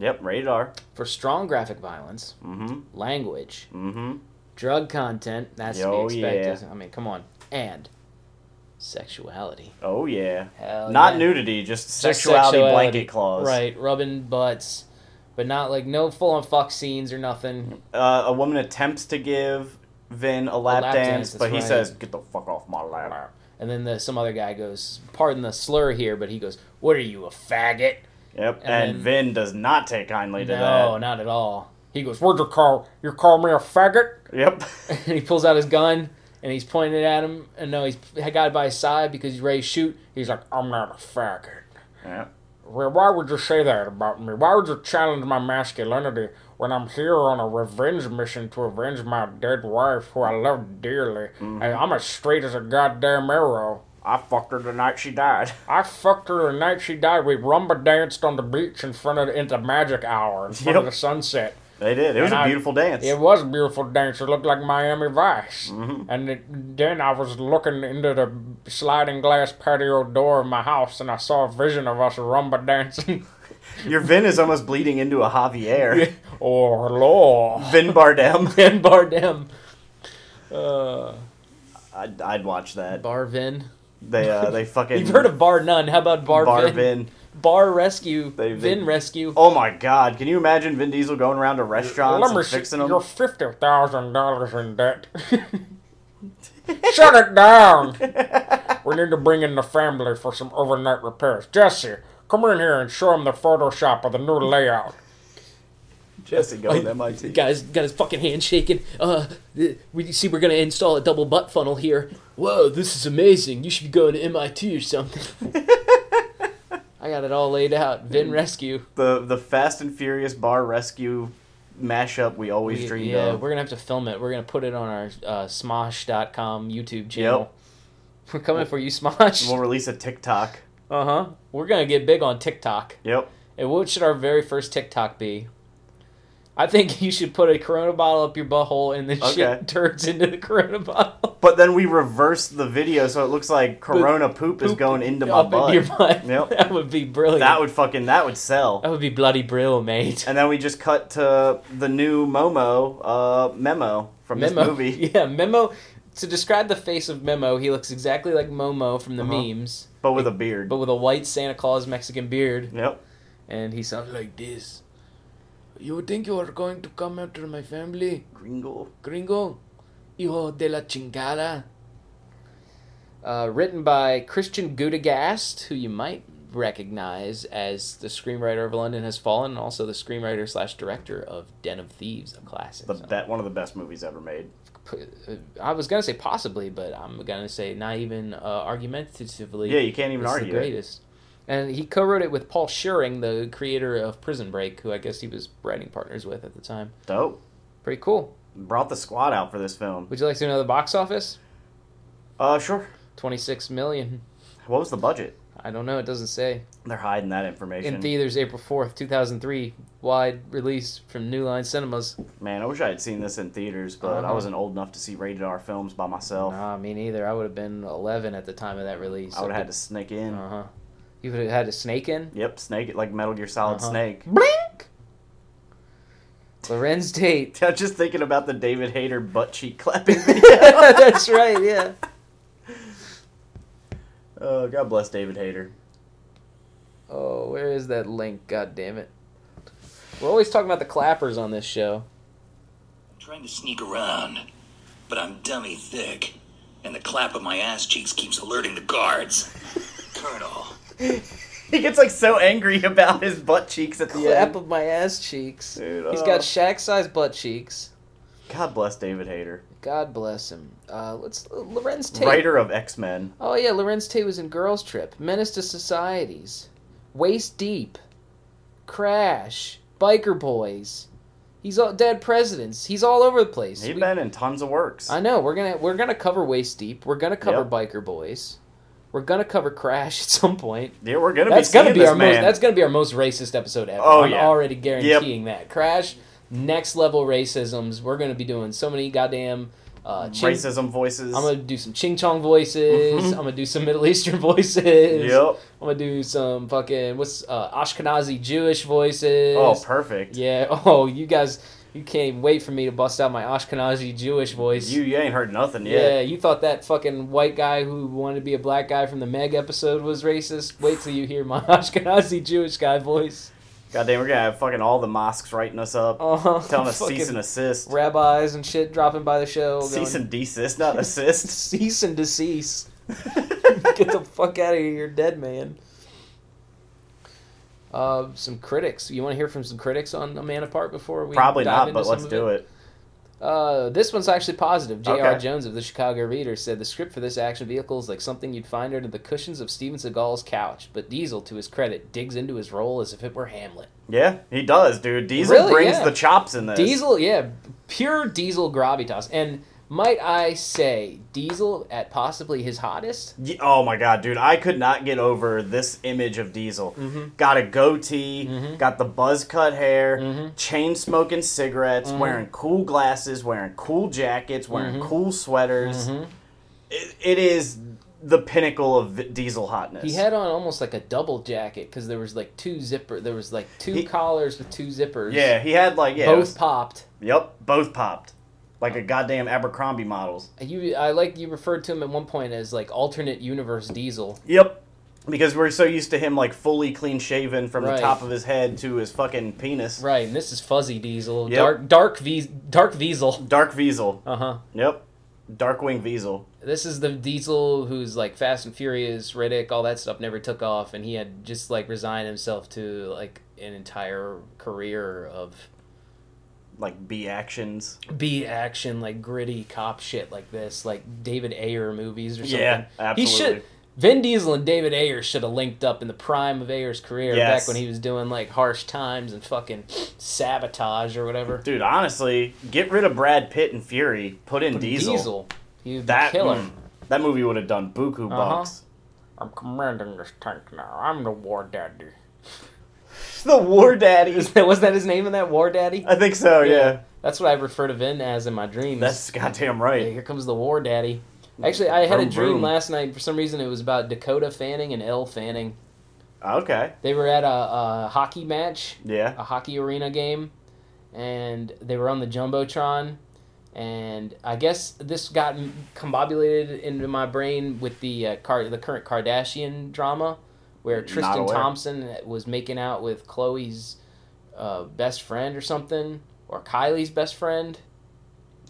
S2: Yep, rated R.
S1: for strong graphic violence,
S2: Mm-hmm.
S1: language,
S2: Mm-hmm.
S1: drug content. That's to
S2: Oh,
S1: be expected.
S2: yeah.
S1: I mean, come on, and sexuality.
S2: Oh yeah.
S1: Hell
S2: Not
S1: yeah.
S2: nudity, just
S1: Just
S2: sexuality, blanket clause.
S1: Right, rubbing butts, but not like no full on fuck scenes or nothing.
S2: Uh, a woman attempts to give Vin a lap,
S1: lap dance,
S2: dance,
S1: that's
S2: but he
S1: right.
S2: says, "Get the fuck off my lap."
S1: And then the, some other guy goes, pardon the slur here, but he goes, "What are you, a faggot?"
S2: Yep.
S1: And
S2: And, Vin does not take kindly to
S1: No, not at all. He goes, "Where'd you call? You call me a faggot?"
S2: that. Yep.
S1: (laughs)
S2: (laughs)
S1: and he pulls out his gun and he's pointing it at him. And no, he's I got it by his side because he's ready to shoot. (laughs) He's like, I'm not a faggot.
S2: yep.
S1: Why why would you say that about me? Why would you challenge my masculinity when I'm here on a revenge mission to avenge my dead wife, who I love dearly? And I'm as straight as a goddamn arrow.
S2: I fucked her the night she died.
S1: I fucked her the night she died. We rumba danced on the beach in front of the, into magic hour, in front of
S2: Yep.
S1: the sunset.
S2: They did. It was
S1: And
S2: a
S1: I-
S2: beautiful dance.
S1: It was a beautiful dance. It looked like Miami Vice. And it, then I was looking into the sliding glass patio door of my house, and I saw a vision of us rumba dancing. (laughs)
S2: Your Vin is almost bleeding into a Javier.
S1: oh, hello.
S2: (laughs) Vin Bardem.
S1: Vin Bardem. Uh,
S2: I'd, I'd watch that.
S1: Barvin.
S2: They uh, they fucking.
S1: You've heard of Bar None. How about Bar,
S2: Bar
S1: Vin?
S2: Vin.
S1: Bar Rescue.
S2: They- they-
S1: Vin Rescue.
S2: Oh my God! Can you imagine Vin Diesel going around to restaurants
S1: Let me
S2: and
S1: see.
S2: fixing them?
S1: You're $50,000 in debt. (laughs) Shut it down. We need to bring in the family for some overnight repairs. Jesse, come in here and show him the Photoshop of the new layout.
S2: Jesse going to
S1: The
S2: MIT.
S1: guy's got his fucking hand shaking. Uh, th- we see we're gonna install a double butt funnel here. Whoa, this is amazing. You should be going to MIT or something. I got it all laid out. Vin Rescue.
S2: The the Fast and Furious bar rescue mashup we always
S1: We-
S2: dreamed
S1: yeah,
S2: of.
S1: we're gonna have to film it. We're gonna put it on our uh, Smosh.com YouTube
S3: (laughs)
S1: channel. We're coming for you, Smosh.
S2: We'll release a TikTok.
S1: Uh huh. We're gonna get big on TikTok.
S2: Yep.
S1: And what should our very first TikTok be?
S3: I think (laughs) you should put a Corona bottle up your butthole and then
S2: Okay.
S3: shit (laughs) turns into the Corona bottle.
S2: But then we reverse the video so it looks like Corona poop, is
S3: (laughs) Poop
S2: going into my
S3: up into
S2: butt.
S3: your
S1: (laughs)
S3: butt.
S2: Yep.
S3: (laughs) That would be brilliant.
S2: That would fucking that would sell.
S3: That would be bloody brill, mate.
S2: And then we just cut to the new Momo uh, memo from
S3: Memo.
S2: this
S1: (laughs)
S2: movie,
S3: (laughs) Yeah, Memo. To describe the face of Memo, he looks exactly like Momo from the
S2: Uh-huh.
S3: memes,
S2: but with a beard.
S3: but with a white Santa Claus Mexican beard,
S2: Yep.
S3: and he sounds like this. You think you are going to come after my family,
S2: Gringo.
S3: gringo? Hijo de la chingada.
S1: Uh, written by Christian Gudegast, who you might recognize as the screenwriter of London Has Fallen, and also the screenwriter slash director of Den of Thieves, a classic.
S2: The
S1: So,
S2: be- one of the best movies ever made.
S1: p- uh, I was gonna say possibly, but I'm gonna say not even uh, argumentatively.
S2: Yeah, you can't even
S1: it's
S2: argue.
S1: the
S2: it.
S1: greatest. And he co-wrote it with Paul Schuring, the creator of Prison Break, who I guess he was writing partners with at the time.
S2: Dope.
S1: Pretty cool.
S2: Brought the squad out for this film.
S1: Would you like to know the box office?
S2: Uh, sure.
S1: Twenty-six million.
S2: What was the budget?
S1: I don't know. It doesn't say.
S2: They're hiding that information.
S1: In theaters, April fourth, two thousand three. Wide release from New Line Cinemas.
S2: Man, I wish I had seen this in theaters, but I
S1: Uh-huh.
S2: wasn't old enough to see rated R films by myself.
S1: Nah, me neither. I would have been eleven at the time of that release.
S2: I would have had to sneak in.
S1: Uh huh. You would have had a snake in.
S2: Yep, snake it like Metal Gear Solid
S1: Uh-huh.
S2: Snake. (laughs)
S1: Blink. Lorenz
S2: (laughs)
S1: Tate. (laughs)
S2: I'm just thinking about the David Hayter butt cheek clapping. video.
S1: That's right. Yeah.
S2: (laughs) Oh, God bless David Hayter.
S1: Oh, where is that link? God damn it. We're always talking about the clappers on this show.
S4: Trying to sneak around, but I'm dummy thick, and the clap of my ass cheeks keeps alerting the guards. Colonel,
S2: (laughs) He gets like so angry about his butt cheeks at the
S1: Clap
S2: end.
S1: of my ass cheeks.
S2: Dude,
S1: He's
S2: oh.
S1: got Shaq-sized butt cheeks.
S2: God bless David Hayter,
S1: God bless him. Uh, let's Lorenz Tate.
S2: writer of X Men.
S1: Oh yeah, Lorenz Tate was in Girls Trip, Menace to Societies, Waist Deep, Crash, Biker Boys. He's all Dead Presidents. He's all over the place.
S2: He's
S1: We-
S2: been in tons of works.
S1: I know we're gonna we're gonna cover Waist Deep. We're gonna cover
S2: Yep.
S1: Biker Boys. We're gonna cover Crash (laughs) at some point.
S2: yeah, we're gonna
S1: That's
S2: be seeing
S1: gonna be
S2: this
S1: our most.
S2: man.
S1: That's gonna be our most racist episode ever.
S2: Oh,
S1: I'm
S2: yeah.
S1: already guaranteeing that. Crash, next level racisms. We're gonna be doing so many goddamn
S2: Mm,
S1: uh, ching,
S2: racism voices.
S1: I'm gonna do some Ching Chong voices.
S2: Mhm.
S1: I'm gonna do some Middle Eastern (laughs) voices.
S2: Yep.
S1: I'm gonna do some fucking what's uh, Ashkenazi Jewish voices.
S2: Oh, perfect.
S1: yeah. (laughs) Oh, you guys, you can't even wait for me to bust out my Ashkenazi Jewish voice.
S2: You you ain't heard nothing yet.
S1: Yeah, you thought that fucking white guy who wanted to be a black guy from the Meg episode was racist? Wait till you hear my (laughs) Ashkenazi Jewish guy voice.
S2: God damn, we're gonna have fucking all the mosques writing us
S1: (laughs)
S2: up,
S1: Uh-huh.
S2: telling us
S1: Fucking
S2: cease and assist,
S1: rabbis and shit dropping by the show. going,
S2: cease and
S1: (laughs)
S2: desist, not assist.
S1: cease and decease. Get the fuck out of here, you're dead man. Uh, some critics. You want to hear from some critics on A Man Apart before we
S2: (laughs) Probably
S1: dive
S2: not,
S1: into
S2: but
S1: some
S2: let's
S1: of
S2: do it.
S1: Uh, this one's actually positive. J.R.
S2: Okay.
S1: Jones of the Chicago Reader said the script for this action vehicle is like something you'd find under the cushions of Steven Seagal's couch, but Diesel, to his credit, digs into his role as if it were Hamlet.
S2: Yeah, he does, dude. Diesel
S1: Really,
S2: brings
S1: yeah.
S2: the chops in this.
S1: Diesel, yeah, pure Diesel gravitas. And might I say, Diesel at possibly his hottest?
S2: Ye- Oh my god, dude! I could not get over this image of Diesel.
S1: Mm-hmm.
S2: Got a goatee, got the buzz cut hair,
S1: Mm-hmm.
S2: chain smoking cigarettes, wearing cool glasses, wearing cool jackets, wearing
S1: Mm-hmm.
S2: cool sweaters. It, it is the pinnacle of V- Diesel hotness.
S1: He had on almost like a double jacket because there was like two zipper, there was like two
S2: He-
S1: collars with two zippers.
S2: yeah, he had like yeah, it
S1: both
S2: was-
S1: popped.
S2: yep, both popped like a goddamn Abercrombie models.
S1: You, I like you referred to him at one point as like alternate universe Diesel.
S2: Yep. Because we're so used to him like fully clean shaven from
S1: Right.
S2: the top of his head to his fucking penis.
S1: Right, and this is Fuzzy Diesel,
S2: Yep. Uh-huh.
S1: dark dark v- dark Diesel.
S2: Dark Diesel.
S1: Uh huh.
S2: Yep. Darkwing Diesel.
S1: This is the Diesel who's like Fast and Furious, Riddick, all that stuff never took off, and he had just like resigned himself to like an entire career of
S2: Like B actions.
S1: B action, like gritty cop shit like this, like David Ayer movies or something.
S2: Yeah,
S1: He
S2: absolutely.
S1: should. Vin Diesel and David Ayer should have linked up in the prime of Ayer's career
S2: Yes.
S1: back when he was doing like harsh times and fucking sabotage or whatever.
S2: Dude, honestly, get rid of Brad Pitt and Fury. Put in Diesel. Uh-huh.
S1: he was the
S2: That
S1: killer.
S2: mm, that movie would have done buku bucks. (laughs)
S3: I'm commanding this tank now. I'm the war daddy.
S2: the War Daddy.
S1: Is (laughs) that, was that his name in that War Daddy?
S2: I think so. Yeah,
S1: That's what I refer to Vin as in my dreams.
S2: that's goddamn
S1: Yeah,
S2: right.
S1: here comes the War Daddy. Actually, I had a
S2: Vroom,
S1: dream
S2: vroom.
S1: last night. For some reason, it was about Dakota Fanning and Elle Fanning.
S2: Okay.
S1: They were at a, a hockey match,
S2: Yeah.
S1: a hockey arena game, and they were on the jumbotron. And I guess this got m- combobulated into my brain with the uh, Car- the current Kardashian drama, where
S2: Not
S1: Tristan
S2: aware.
S1: Thompson was making out with Chloe's uh, best friend or something, or Kylie's best friend.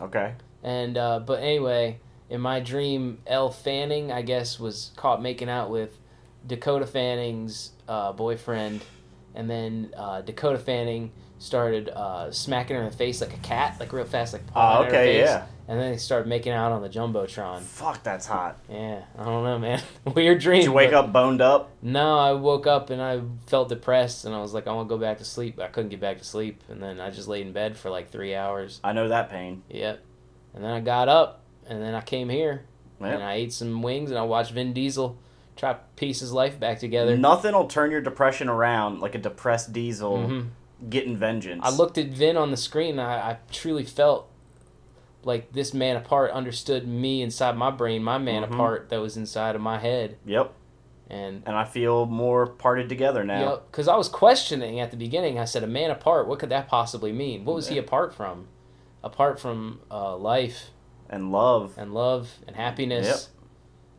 S2: Okay.
S1: And uh, but anyway, in my dream, Elle Fanning, I guess, was caught making out with Dakota Fanning's uh, boyfriend, and then uh, Dakota Fanning started uh, smacking her in the face like a cat, like real fast, like
S2: Oh,
S1: pawing at her
S2: okay,
S1: face.
S2: yeah.
S1: And then they started making out on the jumbotron.
S2: Fuck, that's hot.
S1: Yeah, I don't know, man. (laughs) Weird dream.
S2: Did you (laughs) wake
S1: but-
S2: up boned up?
S1: No, I woke up and I felt depressed, and I was like, I want to go back to sleep. but I couldn't get back to sleep, and then I just laid in bed for like three hours.
S2: I know that pain.
S1: Yep. And then I got up, and then I came here, and
S2: Yeah.
S1: I ate some wings, and I watched Vin Diesel try to piece his life back together.
S2: Nothing will turn your depression around like a depressed diesel
S1: Mhm.
S2: getting vengeance.
S1: I looked at Vin on the screen, and I, I truly felt like this man apart understood me inside my brain, my man
S2: Mhm.
S1: apart that was inside of my head.
S2: Yep.
S1: And,
S2: And I feel more parted together
S1: you
S2: now.
S1: know, because I was questioning at the beginning, I said, a man apart, what could that possibly mean? What was he apart from? Apart from uh, life
S2: And love.
S1: and love and happiness.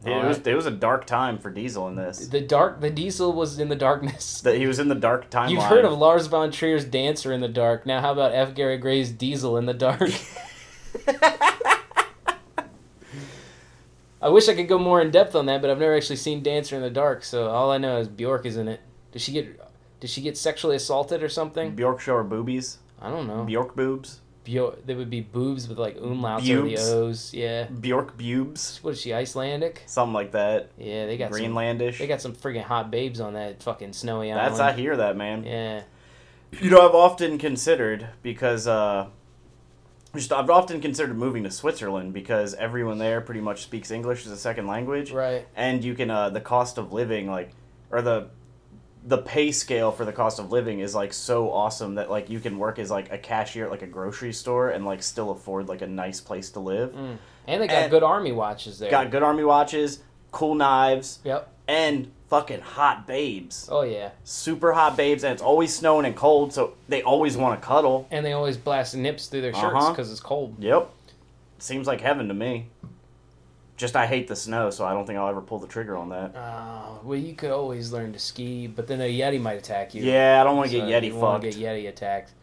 S2: It,
S1: All
S2: was
S1: right.
S2: it was a dark time for Diesel in this.
S1: The dark, the diesel was in the darkness.
S2: That he was in the dark timeline.
S1: You've heard of Lars von Trier's Dancer in the Dark. Now, how about F. Gary Gray's Diesel in the
S2: (laughs)
S1: Dark? I wish I could go more in depth on that, but I've never actually seen Dancer in the Dark, so all I know is Bjork is in it. Did she get did she get sexually assaulted or something?
S2: Bjork Shore boobies.
S1: I don't know.
S2: Bjork boobs.
S1: Bjork, there would be boobs with like umlauts over the
S2: Bubes.
S1: O's. Yeah.
S2: Bjork boobs.
S1: What is she Icelandic?
S2: Something like that.
S1: Yeah, they got some,
S2: Greenlandish.
S1: they got some freaking hot babes on that fucking snowy island.
S2: That's I hear that man.
S1: Yeah.
S2: You know I've often considered because uh, just I've often considered moving to Switzerland because everyone there pretty much speaks English as a second language.
S1: Right.
S2: and you can uh, the cost of living like or the the pay scale for the cost of living is like so awesome that like you can work as like a cashier at like a grocery store and like still afford like a nice place to live.
S1: Mm. And they got
S2: And-
S1: good army watches there.
S2: Got good army watches, cool knives,
S1: Yep.
S2: and fucking hot babes.
S1: Oh yeah.
S2: Super hot babes and it's always snowing and cold, so they always want to cuddle.
S1: And they always blast nips through their shirts
S2: Uh-huh.
S1: because it's cold.
S2: Yep. Seems like heaven to me. Just I hate the snow, so I don't think I'll ever pull the trigger on that.
S1: Oh, well, you could always learn to ski, but then a Yeti might attack you.
S2: Yeah, I don't want to
S1: So
S2: get
S1: you
S2: Yeti
S1: don't wanna
S2: fucked.
S1: Get Yeti attacked.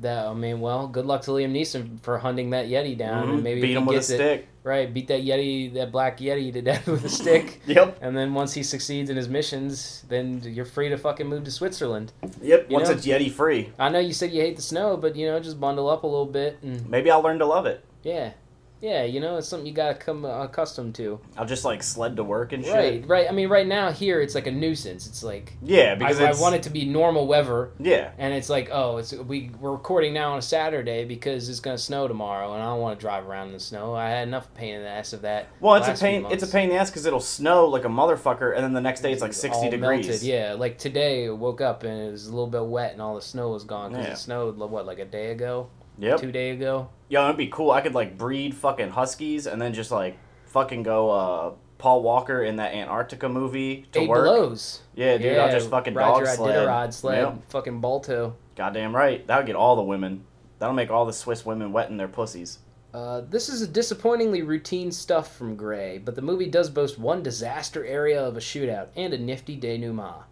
S1: That I mean, well, good luck to Liam Neeson for hunting that Yeti down
S2: Mhm.
S1: and maybe if
S2: Beat
S1: he
S2: him with a
S1: gets it-
S2: stick.
S1: Right, beat that Yeti, that black Yeti to (laughs) death with a stick.
S2: Yep.
S1: And then once he succeeds in his missions, then you're free to fucking move to Switzerland.
S2: Yep.
S1: You
S2: Once
S1: know?
S2: it's Yeti free,
S1: I know you said you hate the snow, but you know, just bundle up a little bit and
S2: maybe I'll learn to love it.
S1: yeah, yeah, you know, it's something you gotta come accustomed to.
S2: I'll just like sled to work and shit.
S1: Right, right. I mean, right now here it's like a nuisance. It's like I,
S2: Yeah, because
S1: I
S2: it's,
S1: want it to be normal weather,
S2: Yeah,
S1: and it's like oh, it's we we're recording now on a Saturday because it's gonna snow tomorrow, and I don't want to drive around in the snow. I had enough pain in the ass of that.
S2: well, it's
S1: last
S2: a
S1: few
S2: pain. It's a
S1: months.
S2: pain in the ass because it'll snow like a motherfucker, and then the next day it's like
S1: It's
S2: sixty
S1: all
S2: degrees.
S1: melted, Yeah, like today I woke up and it was a little bit wet, and all the snow was gone because
S2: Yeah.
S1: it snowed like, what like a day ago,
S2: Yep.
S1: two day ago.
S2: Yo, it'd be cool. I could like breed fucking huskies and then just like fucking go uh Paul Walker in that Antarctica movie to
S1: Eight
S2: work.
S1: blows.
S2: Yeah, dude, I'll just fucking
S1: Roger
S2: dog sled.
S1: Iditarod sled,
S2: Yep.
S1: fucking Balto.
S2: Goddamn right. That'll get all the women. That'll make all the Swiss women wet in their pussies.
S1: Uh, this is a disappointingly routine stuff from Gray, but the movie does boast one disaster area of a shootout and a nifty denouement.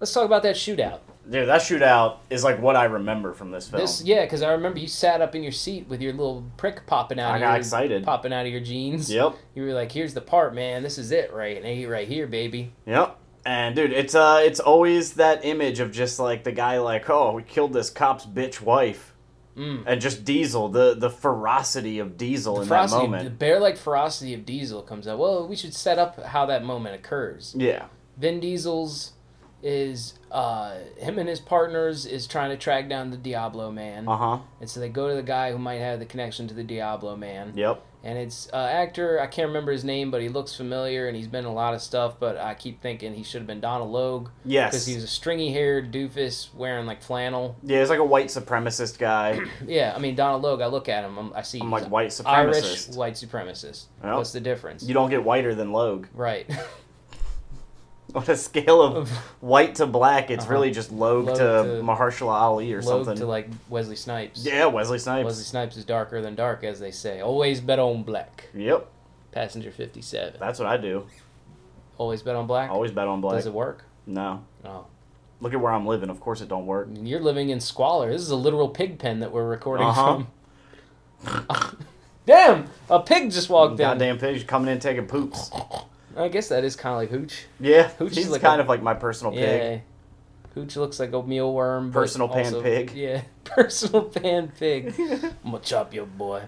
S1: Let's talk about that shootout.
S2: Dude, that shootout is like what I remember from this film.
S1: This, yeah, because I remember you sat up in your seat with your little prick popping out.
S2: I
S1: of
S2: got
S1: your,
S2: excited.
S1: popping out of your jeans.
S2: Yep.
S1: You were like, "Here's the part, man. This is it, right? And I right here, baby."
S2: Yep. And dude, it's uh it's always that image of just like the guy like, "Oh, we killed this cop's bitch wife."
S1: Mm.
S2: And just Diesel, the the ferocity of Diesel in that
S1: ferocity,
S2: moment.
S1: the bear-like ferocity of Diesel comes out. Well, we should set up how that moment occurs.
S2: yeah.
S1: Vin Diesel's is uh, him and his partners is trying to track down the Diablo man,
S2: Uh huh.
S1: and so they go to the guy who might have the connection to the Diablo man.
S2: Yep.
S1: And it's uh, actor I can't remember his name, but he looks familiar, and he's been in a lot of stuff. But I keep thinking he should have been Donald Logue because
S2: Yes.
S1: he's a stringy-haired doofus wearing like flannel. (clears throat)
S2: yeah, he's like a white supremacist guy.
S1: Yeah, I mean Donald Logue. I look at him, I'm, I see (clears throat)
S2: I'm
S1: he's
S2: like white
S1: Irish
S2: supremacist.
S1: white supremacist.
S2: Well,
S1: What's the difference?
S2: You don't get whiter than Logue. (laughs)
S1: right. (laughs)
S2: On a scale of white to black, it's
S1: Uh-huh.
S2: really just Logue,
S1: Logue
S2: to,
S1: to-
S2: Mahershala Ali or
S1: Logue
S2: something.
S1: to like Wesley Snipes.
S2: yeah, Wesley Snipes.
S1: Wesley Snipes is darker than dark, as they say. Always bet on black.
S2: Yep,
S1: Passenger 57.
S2: that's what I do.
S1: Always bet on black.
S2: I always bet on black.
S1: Does it work?
S2: No.
S1: Oh.
S2: Look at where I'm living. Of course, it don't work.
S1: You're living in squalor. This is a literal pig pen that we're recording
S2: Uh-huh.
S1: from. (laughs) Damn! A pig just walked in.
S2: Goddamn pigs coming in taking poops.
S1: I guess that is kind of like Hooch. (laughs)
S2: Yeah,
S1: Who's
S2: he's
S1: like
S2: kind
S1: a-
S2: of like my personal pig.
S1: Yeah. Hooch looks like a mealworm. but
S2: Personal pan
S1: also-
S2: pig.
S1: Yeah. (laughs) Personal pan
S2: (laughs)
S1: pig. I'm gonna chop your boy.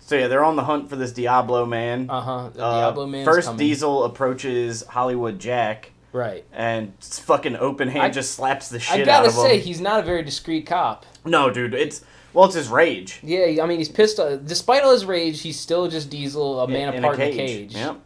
S2: So yeah, they're on the hunt for this Diablo man.
S1: Uh huh. The
S2: Uh,
S1: Diablo man's
S2: first,
S1: coming.
S2: Diesel approaches Hollywood Jack
S1: Right.
S2: and s- fucking open hand
S1: I-
S2: just slaps the
S1: I
S2: shit out
S1: gotta
S2: of
S1: say,
S2: him.
S1: he's not a very discreet cop.
S2: No, dude, it's well, it's his rage.
S1: Yeah, I mean, he's pissed. Off. Despite all his rage, he's still just Diesel, a man apart in a cage.
S2: Yep.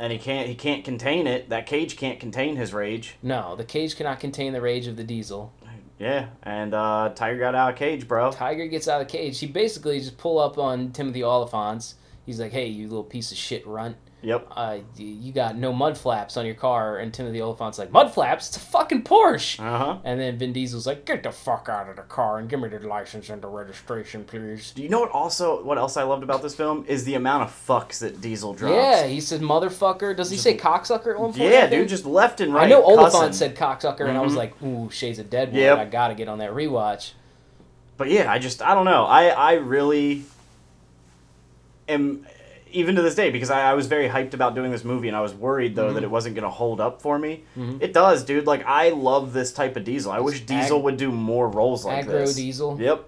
S2: And he can't he can't contain it. That cage can't contain his rage.
S1: No, the cage cannot contain the rage of the Diesel.
S2: Yeah. And uh Tiger got out of cage, bro.
S1: Tiger gets out of the cage. He basically just pull up on Timothy Oliphant's. He's like, "Hey, you little piece of shit runt!
S2: Yep.
S1: Uh, y- you got no mud flaps on your car." And Timothy Oliphant's like, "Mud flaps? It's a fucking Porsche."
S2: Uh-huh.
S1: And then Vin Diesel's like, "Get the fuck out of the car and give me the license and the registration, please."
S2: Do you know what also what else I loved about this film is the amount of fucks that Diesel drops.
S1: Yeah, he says, "Motherfucker." Does he say cocksucker at one point?
S2: Yeah,
S1: I think?
S2: dude, just left and right.
S1: I know Oliphant
S2: cussing.
S1: said cocksucker, and I was
S2: Mhm.
S1: like, ooh, Shades of Deadwood.
S2: Yep.
S1: I gotta get on that rewatch.
S2: But yeah, I just I don't know. I I really am even to this day because I, I was very hyped about doing this movie and I was worried though
S1: Mm-hmm.
S2: that it wasn't going to hold up for me. It does, dude. Like I love this type of Diesel. I wish Diesel
S1: ag-
S2: would do more roles like
S1: aggro
S2: this.
S1: Diesel.
S2: Yep.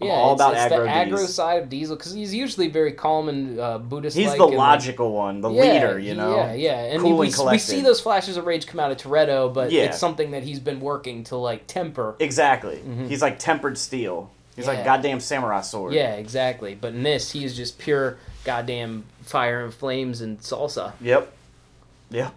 S2: I'm
S1: Yeah,
S2: all
S1: it's,
S2: about
S1: it's
S2: aggro
S1: the aggro
S2: Diesel.
S1: side of Diesel because he's usually very calm and uh, Buddhist.
S2: He's the logical one, the leader, you know.
S1: Yeah, yeah, and
S2: Cool
S1: we,
S2: and
S1: we
S2: collected.
S1: see those flashes of rage come out of Toretto, but
S2: Yeah.
S1: it's something that he's been working to like temper.
S2: Exactly. He's like tempered steel. He's
S1: Mm-hmm. Yeah.
S2: like goddamn samurai sword.
S1: yeah, exactly. But in this, he is just pure goddamn fire and flames and salsa. (laughs)
S2: Yep. Yep.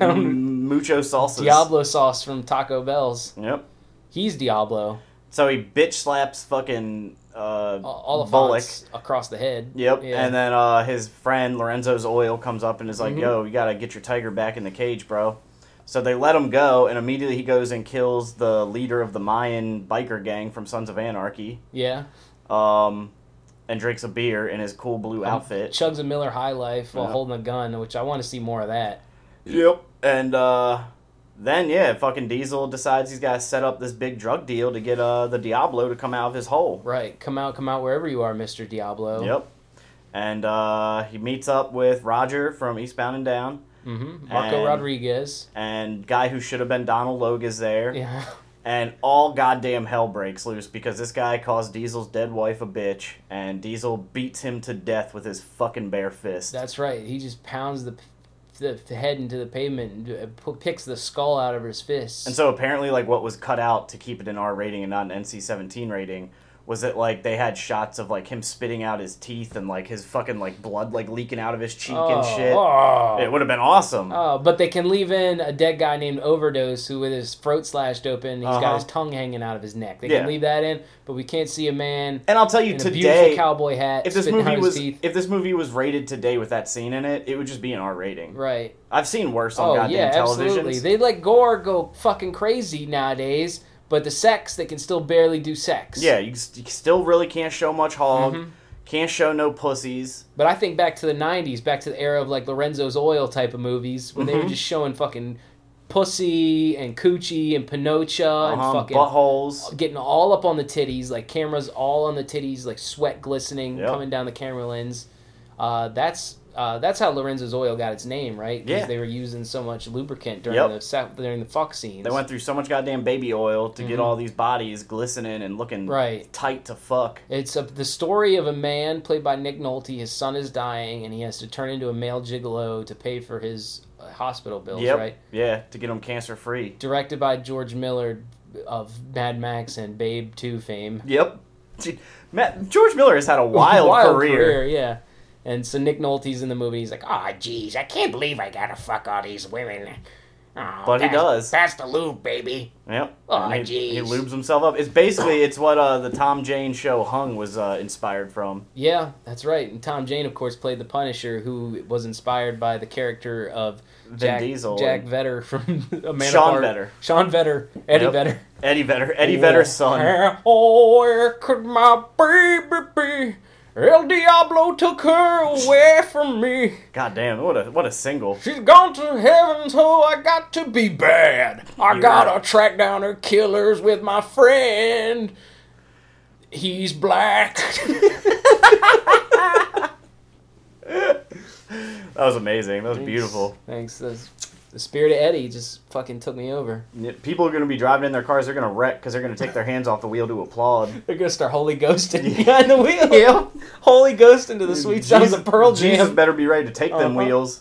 S2: M- Mucho salsas.
S1: Diablo sauce from Taco Bell's.
S2: Yep.
S1: He's Diablo.
S2: So he bitch slaps fucking uh,
S1: all of
S2: Bullock.
S1: across the head.
S2: Yep.
S1: Yeah. Mm-hmm.
S2: And then uh, his friend Lorenzo's oil comes up and is like, "Yo, you gotta get your tiger back in the cage, bro." So they let him go, and immediately he goes and kills the leader of the Mayan biker gang from Sons of Anarchy,
S1: yeah.
S2: um, and drinks a beer in his cool blue
S1: Um,
S2: outfit.
S1: Chugs a Miller High Life while
S2: Yeah.
S1: holding a gun, which I want to see more of that.
S2: Yep. And uh, then yeah, fucking Diesel decides he's gotta set up this big drug deal to get uh, the Diablo to come out of his hole.
S1: Right. Come out, come out wherever you are, Mr. Diablo.
S2: Yep. And uh, he meets up with Roger from Eastbound and Down,
S1: hmm Marco
S2: And-
S1: Rodriguez.
S2: and guy who should have been Donald Logue is there.
S1: Yeah. (laughs)
S2: And all goddamn hell breaks loose because this guy calls Diesel's dead wife a bitch, and Diesel beats him to death with his fucking bare fist.
S1: That's right. He just pounds the, the, the head into the pavement and uh, p- picks the skull out of his fist.
S2: and so apparently, like what was cut out to keep it an R rating and not an NC seventeen rating was that like they had shots of like him spitting out his teeth and like his fucking like blood like leaking out of his cheek and shit.
S1: Oh.
S2: It would have been awesome.
S1: Oh, but they can leave in a dead guy named Overdose who, with his throat slashed open, he's got
S2: Uh-huh.
S1: his tongue hanging out of his neck. They
S2: Yeah.
S1: can leave that in, but we can't see a man
S2: and I'll tell you
S1: in a
S2: today,
S1: beautiful cowboy hat
S2: if this
S1: spitting
S2: movie
S1: out
S2: was
S1: his teeth.
S2: if this movie was rated today with that scene in it, it would just be an R rating.
S1: Right.
S2: I've seen worse on
S1: Oh
S2: goddamn
S1: yeah, absolutely.
S2: televisions.
S1: They let gore go fucking crazy nowadays, but the sex they can still barely do sex.
S2: Yeah, you, s- you still really can't show much hog.
S1: Mm-hmm.
S2: Can't show no pussies.
S1: But I think back to the '90s, back to the era of like Lorenzo's Oil type of movies, where they
S2: Mm-hmm.
S1: were just showing fucking pussy and coochie and pinocha and
S2: Uh-huh,
S1: fucking
S2: buttholes.
S1: getting all up on the titties, like cameras all on the titties, like sweat glistening
S2: Yep.
S1: coming down the camera lens. Uh, that's uh, that's how Lorenzo's Oil got its name, right? 'Cause
S2: Yeah.
S1: they were using so much lubricant during
S2: Yep.
S1: the sa- during the fuck scenes.
S2: They went through so much goddamn baby oil to get all these bodies glistening and looking
S1: Mm-hmm. Right.
S2: tight to fuck.
S1: It's a, the story of a man played by Nick Nolte. His son is dying, and he has to turn into a male gigolo to pay for his uh, hospital bills,
S2: Yep.
S1: right?
S2: Yeah, to get them cancer free.
S1: Directed by George Miller of Mad Max and Babe 2 fame.
S2: Yep. Gee, Matt, George Miller has
S1: (laughs)
S2: had a wild, career.
S1: yeah. And so Nick Nolte's in the movie. He's like, "Ah,
S3: Aw, jeez, I can't believe I gotta fuck all these women. Aw,
S2: But he
S3: pass-
S2: does.
S3: Pass the lube, baby.
S2: Yep.
S1: Oh,
S3: Aw,
S2: And he, he
S3: jeez.
S2: lubes himself up. It's basically it's what uh, the Tom Jane show Hung was uh, inspired from.
S1: yeah, that's right. And Tom Jane, of course, played the Punisher, who was inspired by the character of Jack,
S2: Diesel
S1: Jack
S2: and-
S1: Vetter from (laughs) A Man
S2: Sean
S1: of Art.
S2: Vetter.
S1: Sean Vetter. Eddie
S2: Yep.
S1: Vetter.
S2: Eddie Vedder. Eddie Vedder's son.
S1: Where- Oh, where could my baby be? El Diablo took her away from me.
S2: God damn, what a what a single.
S1: She's gone to heaven, so I got to be bad. I
S2: You're
S1: gotta
S2: right.
S1: track down her killers with my friend. He's
S3: (laughs)
S1: black.
S2: That was amazing. That was beautiful.
S1: Thanks. That's- The spirit of Eddie just fucking took me over.
S2: Yeah, People are going to be driving in their cars. They're going to wreck because they're going to take their hands off the wheel to applaud.
S1: They're gonna start Holy Ghost
S2: (laughs)
S1: in behind the wheel. Holy Ghost into the sweet sounds of Pearl Jam.
S2: Jesus better be ready to take them
S1: Uh-huh.
S2: wheels.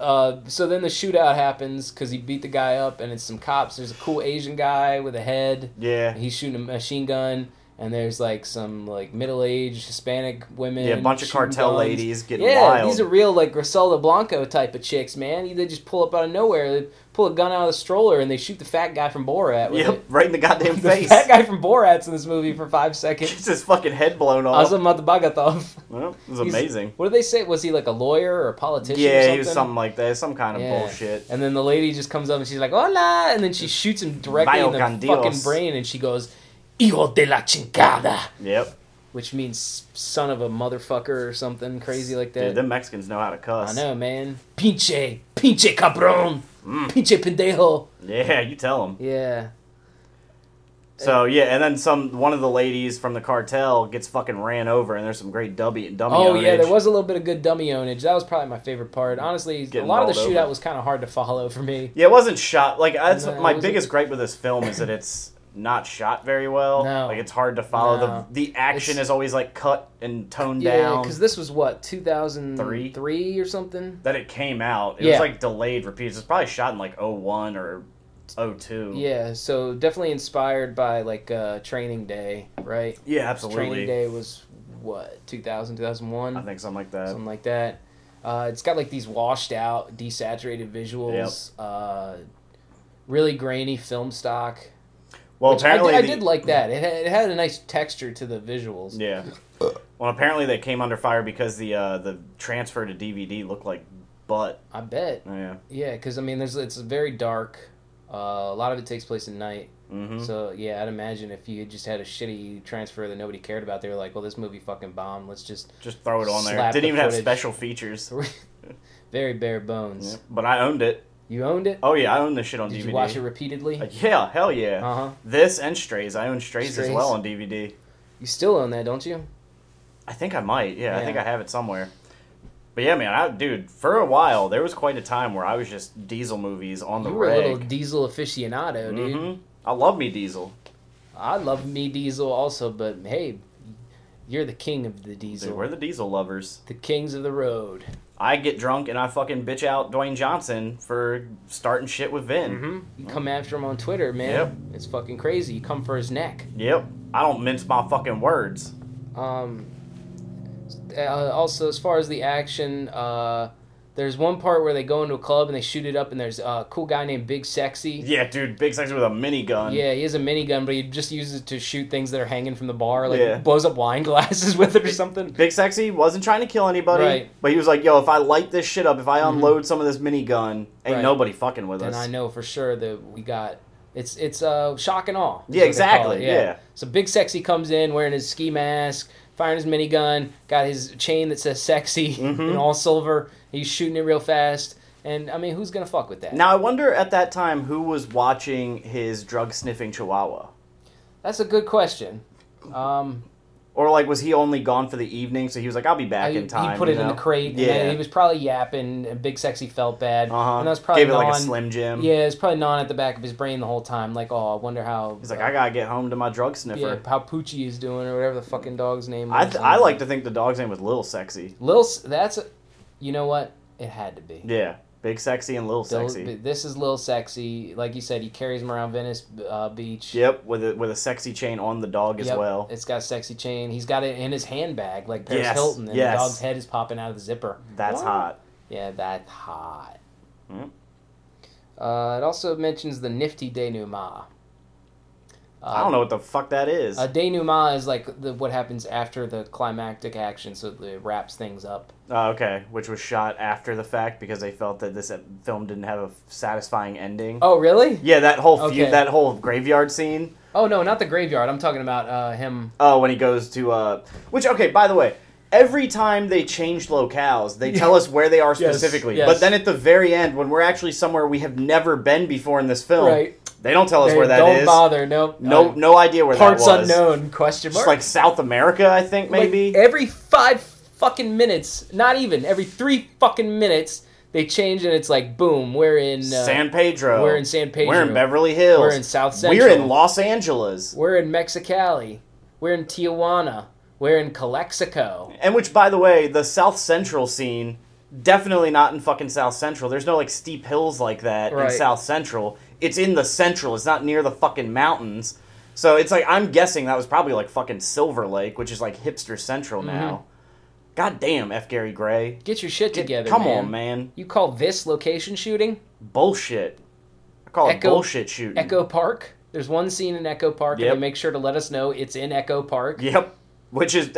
S1: Uh, so then the shootout happens because he beat the guy up, and it's some cops. There's a cool Asian guy with a head.
S2: Yeah.
S1: He's shooting a machine gun, and there's like some like middle aged Hispanic women.
S2: Yeah, a bunch of
S1: shooting
S2: cartel
S1: guns.
S2: ladies getting
S1: yeah,
S2: wild.
S1: these are real like Griselda Blanco type of chicks, man. They just pull up out of nowhere. They pull a gun out of the stroller and they shoot the fat guy from Borat. With
S2: Yep,
S1: it.
S2: right in the
S1: (laughs)
S2: goddamn
S1: The
S2: face.
S1: fat guy from Borat's in this movie for five seconds.
S2: (laughs) Gets his fucking head blown off.
S1: Azam Matabagatov.
S2: Well, it was
S1: He's-
S2: amazing.
S1: What did they say? Was he like a lawyer or a politician? or
S2: Yeah,
S1: something?
S2: he was something like that. Some kind of bullshit.
S1: And then the lady just comes up and she's like, "Hola," and then she shoots him directly
S2: Vaya
S1: in the
S2: con Dios.
S1: fucking brain, and she goes, "Hijo de la chingada,"
S2: Yep.
S1: which means son of a motherfucker or something crazy like that.
S2: Dude, them Mexicans know how to cuss.
S1: I know, man. Pinche, pinche cabron,
S2: Mm.
S1: pinche pendejo.
S2: Yeah, you tell them.
S1: Yeah,
S2: So yeah, and then some one of the ladies from the cartel gets fucking ran over, and there's some great dummy dummy.
S1: Oh yeah,
S2: ownage.
S1: there was a little bit of good dummy ownage. That was probably my favorite part. Honestly,
S2: Getting
S1: a lot of the
S2: rolled
S1: shootout
S2: over.
S1: was kind of hard to follow for me.
S2: Yeah, it wasn't shot. Like that's
S1: No, it
S2: my
S1: wasn't.
S2: biggest gripe with this film is that it's not shot very well.
S1: No.
S2: Like it's hard to follow.
S1: No.
S2: The the action
S1: It's-
S2: is always like cut and toned
S1: Yeah,
S2: down.
S1: because this was what 2003 or something.
S2: that it came out, it
S1: Yeah.
S2: was like delayed repeats. It's probably shot in like 01 or 02.
S1: Yeah, so definitely inspired by like uh, Training Day, right?
S2: Yeah,
S1: Training
S2: absolutely.
S1: Day was what 2000,
S2: Oh, I
S1: 2001,
S2: think something like that.
S1: something like that. Uh, it's got like these washed out, desaturated visuals, uh, really grainy film stock.
S2: Well,
S1: Which I did,
S2: apparently
S1: I
S2: the-
S1: did like that. It had, it had a nice texture to the visuals.
S2: Yeah. Well, apparently they came under fire because the uh, the transfer to DVD looked like butt.
S1: I bet.
S2: Yeah.
S1: Yeah, because I mean, there's it's very dark. Uh, a lot of it takes place at night.
S2: hmm
S1: So yeah, I'd imagine if you just had a shitty transfer that nobody cared about, they were like, "Well, this movie fucking bombed. Let's just
S2: Just throw it on there.
S1: Slap
S2: Didn't
S1: the
S2: even have
S1: footage.
S2: special features.
S1: (laughs) Very bare bones.
S2: Yeah. But I owned it.
S1: You owned it?
S2: Oh yeah, I own this shit on
S1: Did
S2: DVD.
S1: you watch it repeatedly?
S2: Uh, yeah, hell yeah.
S1: Uh-huh.
S2: This and Strays. I own Strays,
S1: Strays.
S2: as well on DVD.
S1: You still own that, don't you?
S2: I think I might. Yeah, I think
S1: Yeah.
S2: I have it somewhere. But yeah, man, I, dude, for a while there was quite a time where I was just Diesel movies on the
S1: You were a little
S2: reg.
S1: diesel aficionado, dude.
S2: Mhm. I love me Diesel.
S1: I love me diesel also, but hey, you're the king of the diesel.
S2: Dude, we're the Diesel lovers.
S1: the kings of the road.
S2: I get drunk and I fucking bitch out Dwayne Johnson for starting shit with Vin.
S1: You come after him on Twitter, man.
S2: Mm-hmm. Yep.
S1: It's fucking crazy. You come for his neck.
S2: Yep. I don't mince my fucking words.
S1: Um, uh, also, as far as the action, uh, there's one part where they go into a club and they shoot it up, and there's a cool guy named Big Sexy.
S2: Yeah, dude, big sex with a minigun.
S1: Yeah, he has a minigun, but he just uses it to shoot things that are hanging from the bar, like
S2: Yeah.
S1: blows up wine glasses (laughs) with it or something.
S2: Big Sexy wasn't trying to kill anybody,
S1: Right. Mhm.
S2: but he was like, "Yo, if I light this shit up, if I unload some of this minigun, ain't
S1: Right.
S2: nobody fucking with
S1: And
S2: us."
S1: I know for sure that we got it's it's uh shock and awe. is
S2: Yeah,
S1: what they call
S2: exactly,
S1: it,
S2: yeah.
S1: So big sexy comes in wearing his ski mask, firing his minigun, got his chain that says sexy (laughs)
S2: Mm-hmm.
S1: in all silver. He's shooting it real fast, and I mean, who's gonna fuck with that?
S2: Now I wonder at that time who was watching his drug sniffing Chihuahua,
S1: That's a good question. Um,
S2: or like was he only gone for the evening, so he was like, "I'll be back
S1: he,
S2: in time."
S1: he put
S2: you
S1: it in
S2: know?
S1: the crate.
S2: Yeah,
S1: Yeah, and he was probably yapping. And Big sexy felt bad,
S2: uh-huh.
S1: and that was probably
S2: gave it like a
S1: gnawing-
S2: Slim Jim.
S1: Yeah, it's probably gnawing at the back of his brain the whole time. Like, oh, I wonder how.
S2: he's like, "I gotta get home to my drug sniffer."
S1: yeah, how Poochie is doing or whatever the fucking dog's name.
S2: I,
S1: is.
S2: th- I like to think the dog's name was Little Sexy.
S1: Lil. S- That's, you know what? It had to be.
S2: Yeah, big sexy and little
S1: Bill-
S2: sexy.
S1: this is Lil Sexy. Like you said, he carries him around Venice uh, Beach.
S2: Yep, with a, with a sexy chain on the dog as
S1: Yep,
S2: well.
S1: It's got a sexy chain. He's got it in his handbag, like Paris
S2: Yes,
S1: Hilton, and
S2: yes.
S1: the dog's head is popping out of the zipper.
S2: That's
S1: What?
S2: hot.
S1: Yeah, that's hot.
S2: Mm.
S1: Uh, it also mentions the nifty denouement. Uh,
S2: I don't know what the fuck that is.
S1: A Uh, denouement is like the, what happens after the climactic action, so it wraps things up.
S2: Oh, okay, which was shot after the fact because they felt that this uh, film didn't have a satisfying ending.
S1: Oh, really?
S2: Yeah, that whole feud,
S1: Okay.
S2: that whole graveyard scene.
S1: Oh no, not the graveyard. I'm talking about uh, him.
S2: Oh, when he goes to uh, which okay, by the way, every time they change locales, they tell us where they are specifically.
S1: yes.
S2: But then at the very end, when we're actually somewhere we have never been before in this film,
S1: Right.
S2: they don't tell us
S1: Hey,
S2: where that
S1: don't
S2: is.
S1: bother. No.
S2: No,
S1: Uh,
S2: no idea where
S1: Parts
S2: that was.
S1: unknown? Question mark.
S2: Just like South America, I think
S1: Like,
S2: maybe.
S1: every five fucking minutes, not even every three fucking minutes, they change and it's like boom, we're in uh,
S2: San Pedro.
S1: we're in San Pedro.
S2: We're in Beverly Hills.
S1: We're in South
S2: We're in
S1: Central.
S2: Los Angeles.
S1: we're in Mexicali, we're in Tijuana, we're in Calexico.
S2: And which, by the way, the South Central scene definitely not in fucking South Central. There's no like steep hills like that
S1: Right.
S2: in South Central. It's in the Central. It's not near the fucking mountains. So it's like I'm guessing that was probably like fucking Silver Lake, which is like hipster Central
S1: Mm-hmm.
S2: now. God damn, F. Gary Gray.
S1: Get your shit together.
S2: Come on, man.
S1: You call this location shooting?
S2: Bullshit. I call it
S1: Echo-
S2: bullshit shooting.
S1: Echo Park? There's one scene in Echo Park,
S2: Yep.
S1: and they make sure to let us know it's in Echo Park.
S2: Yep. Which is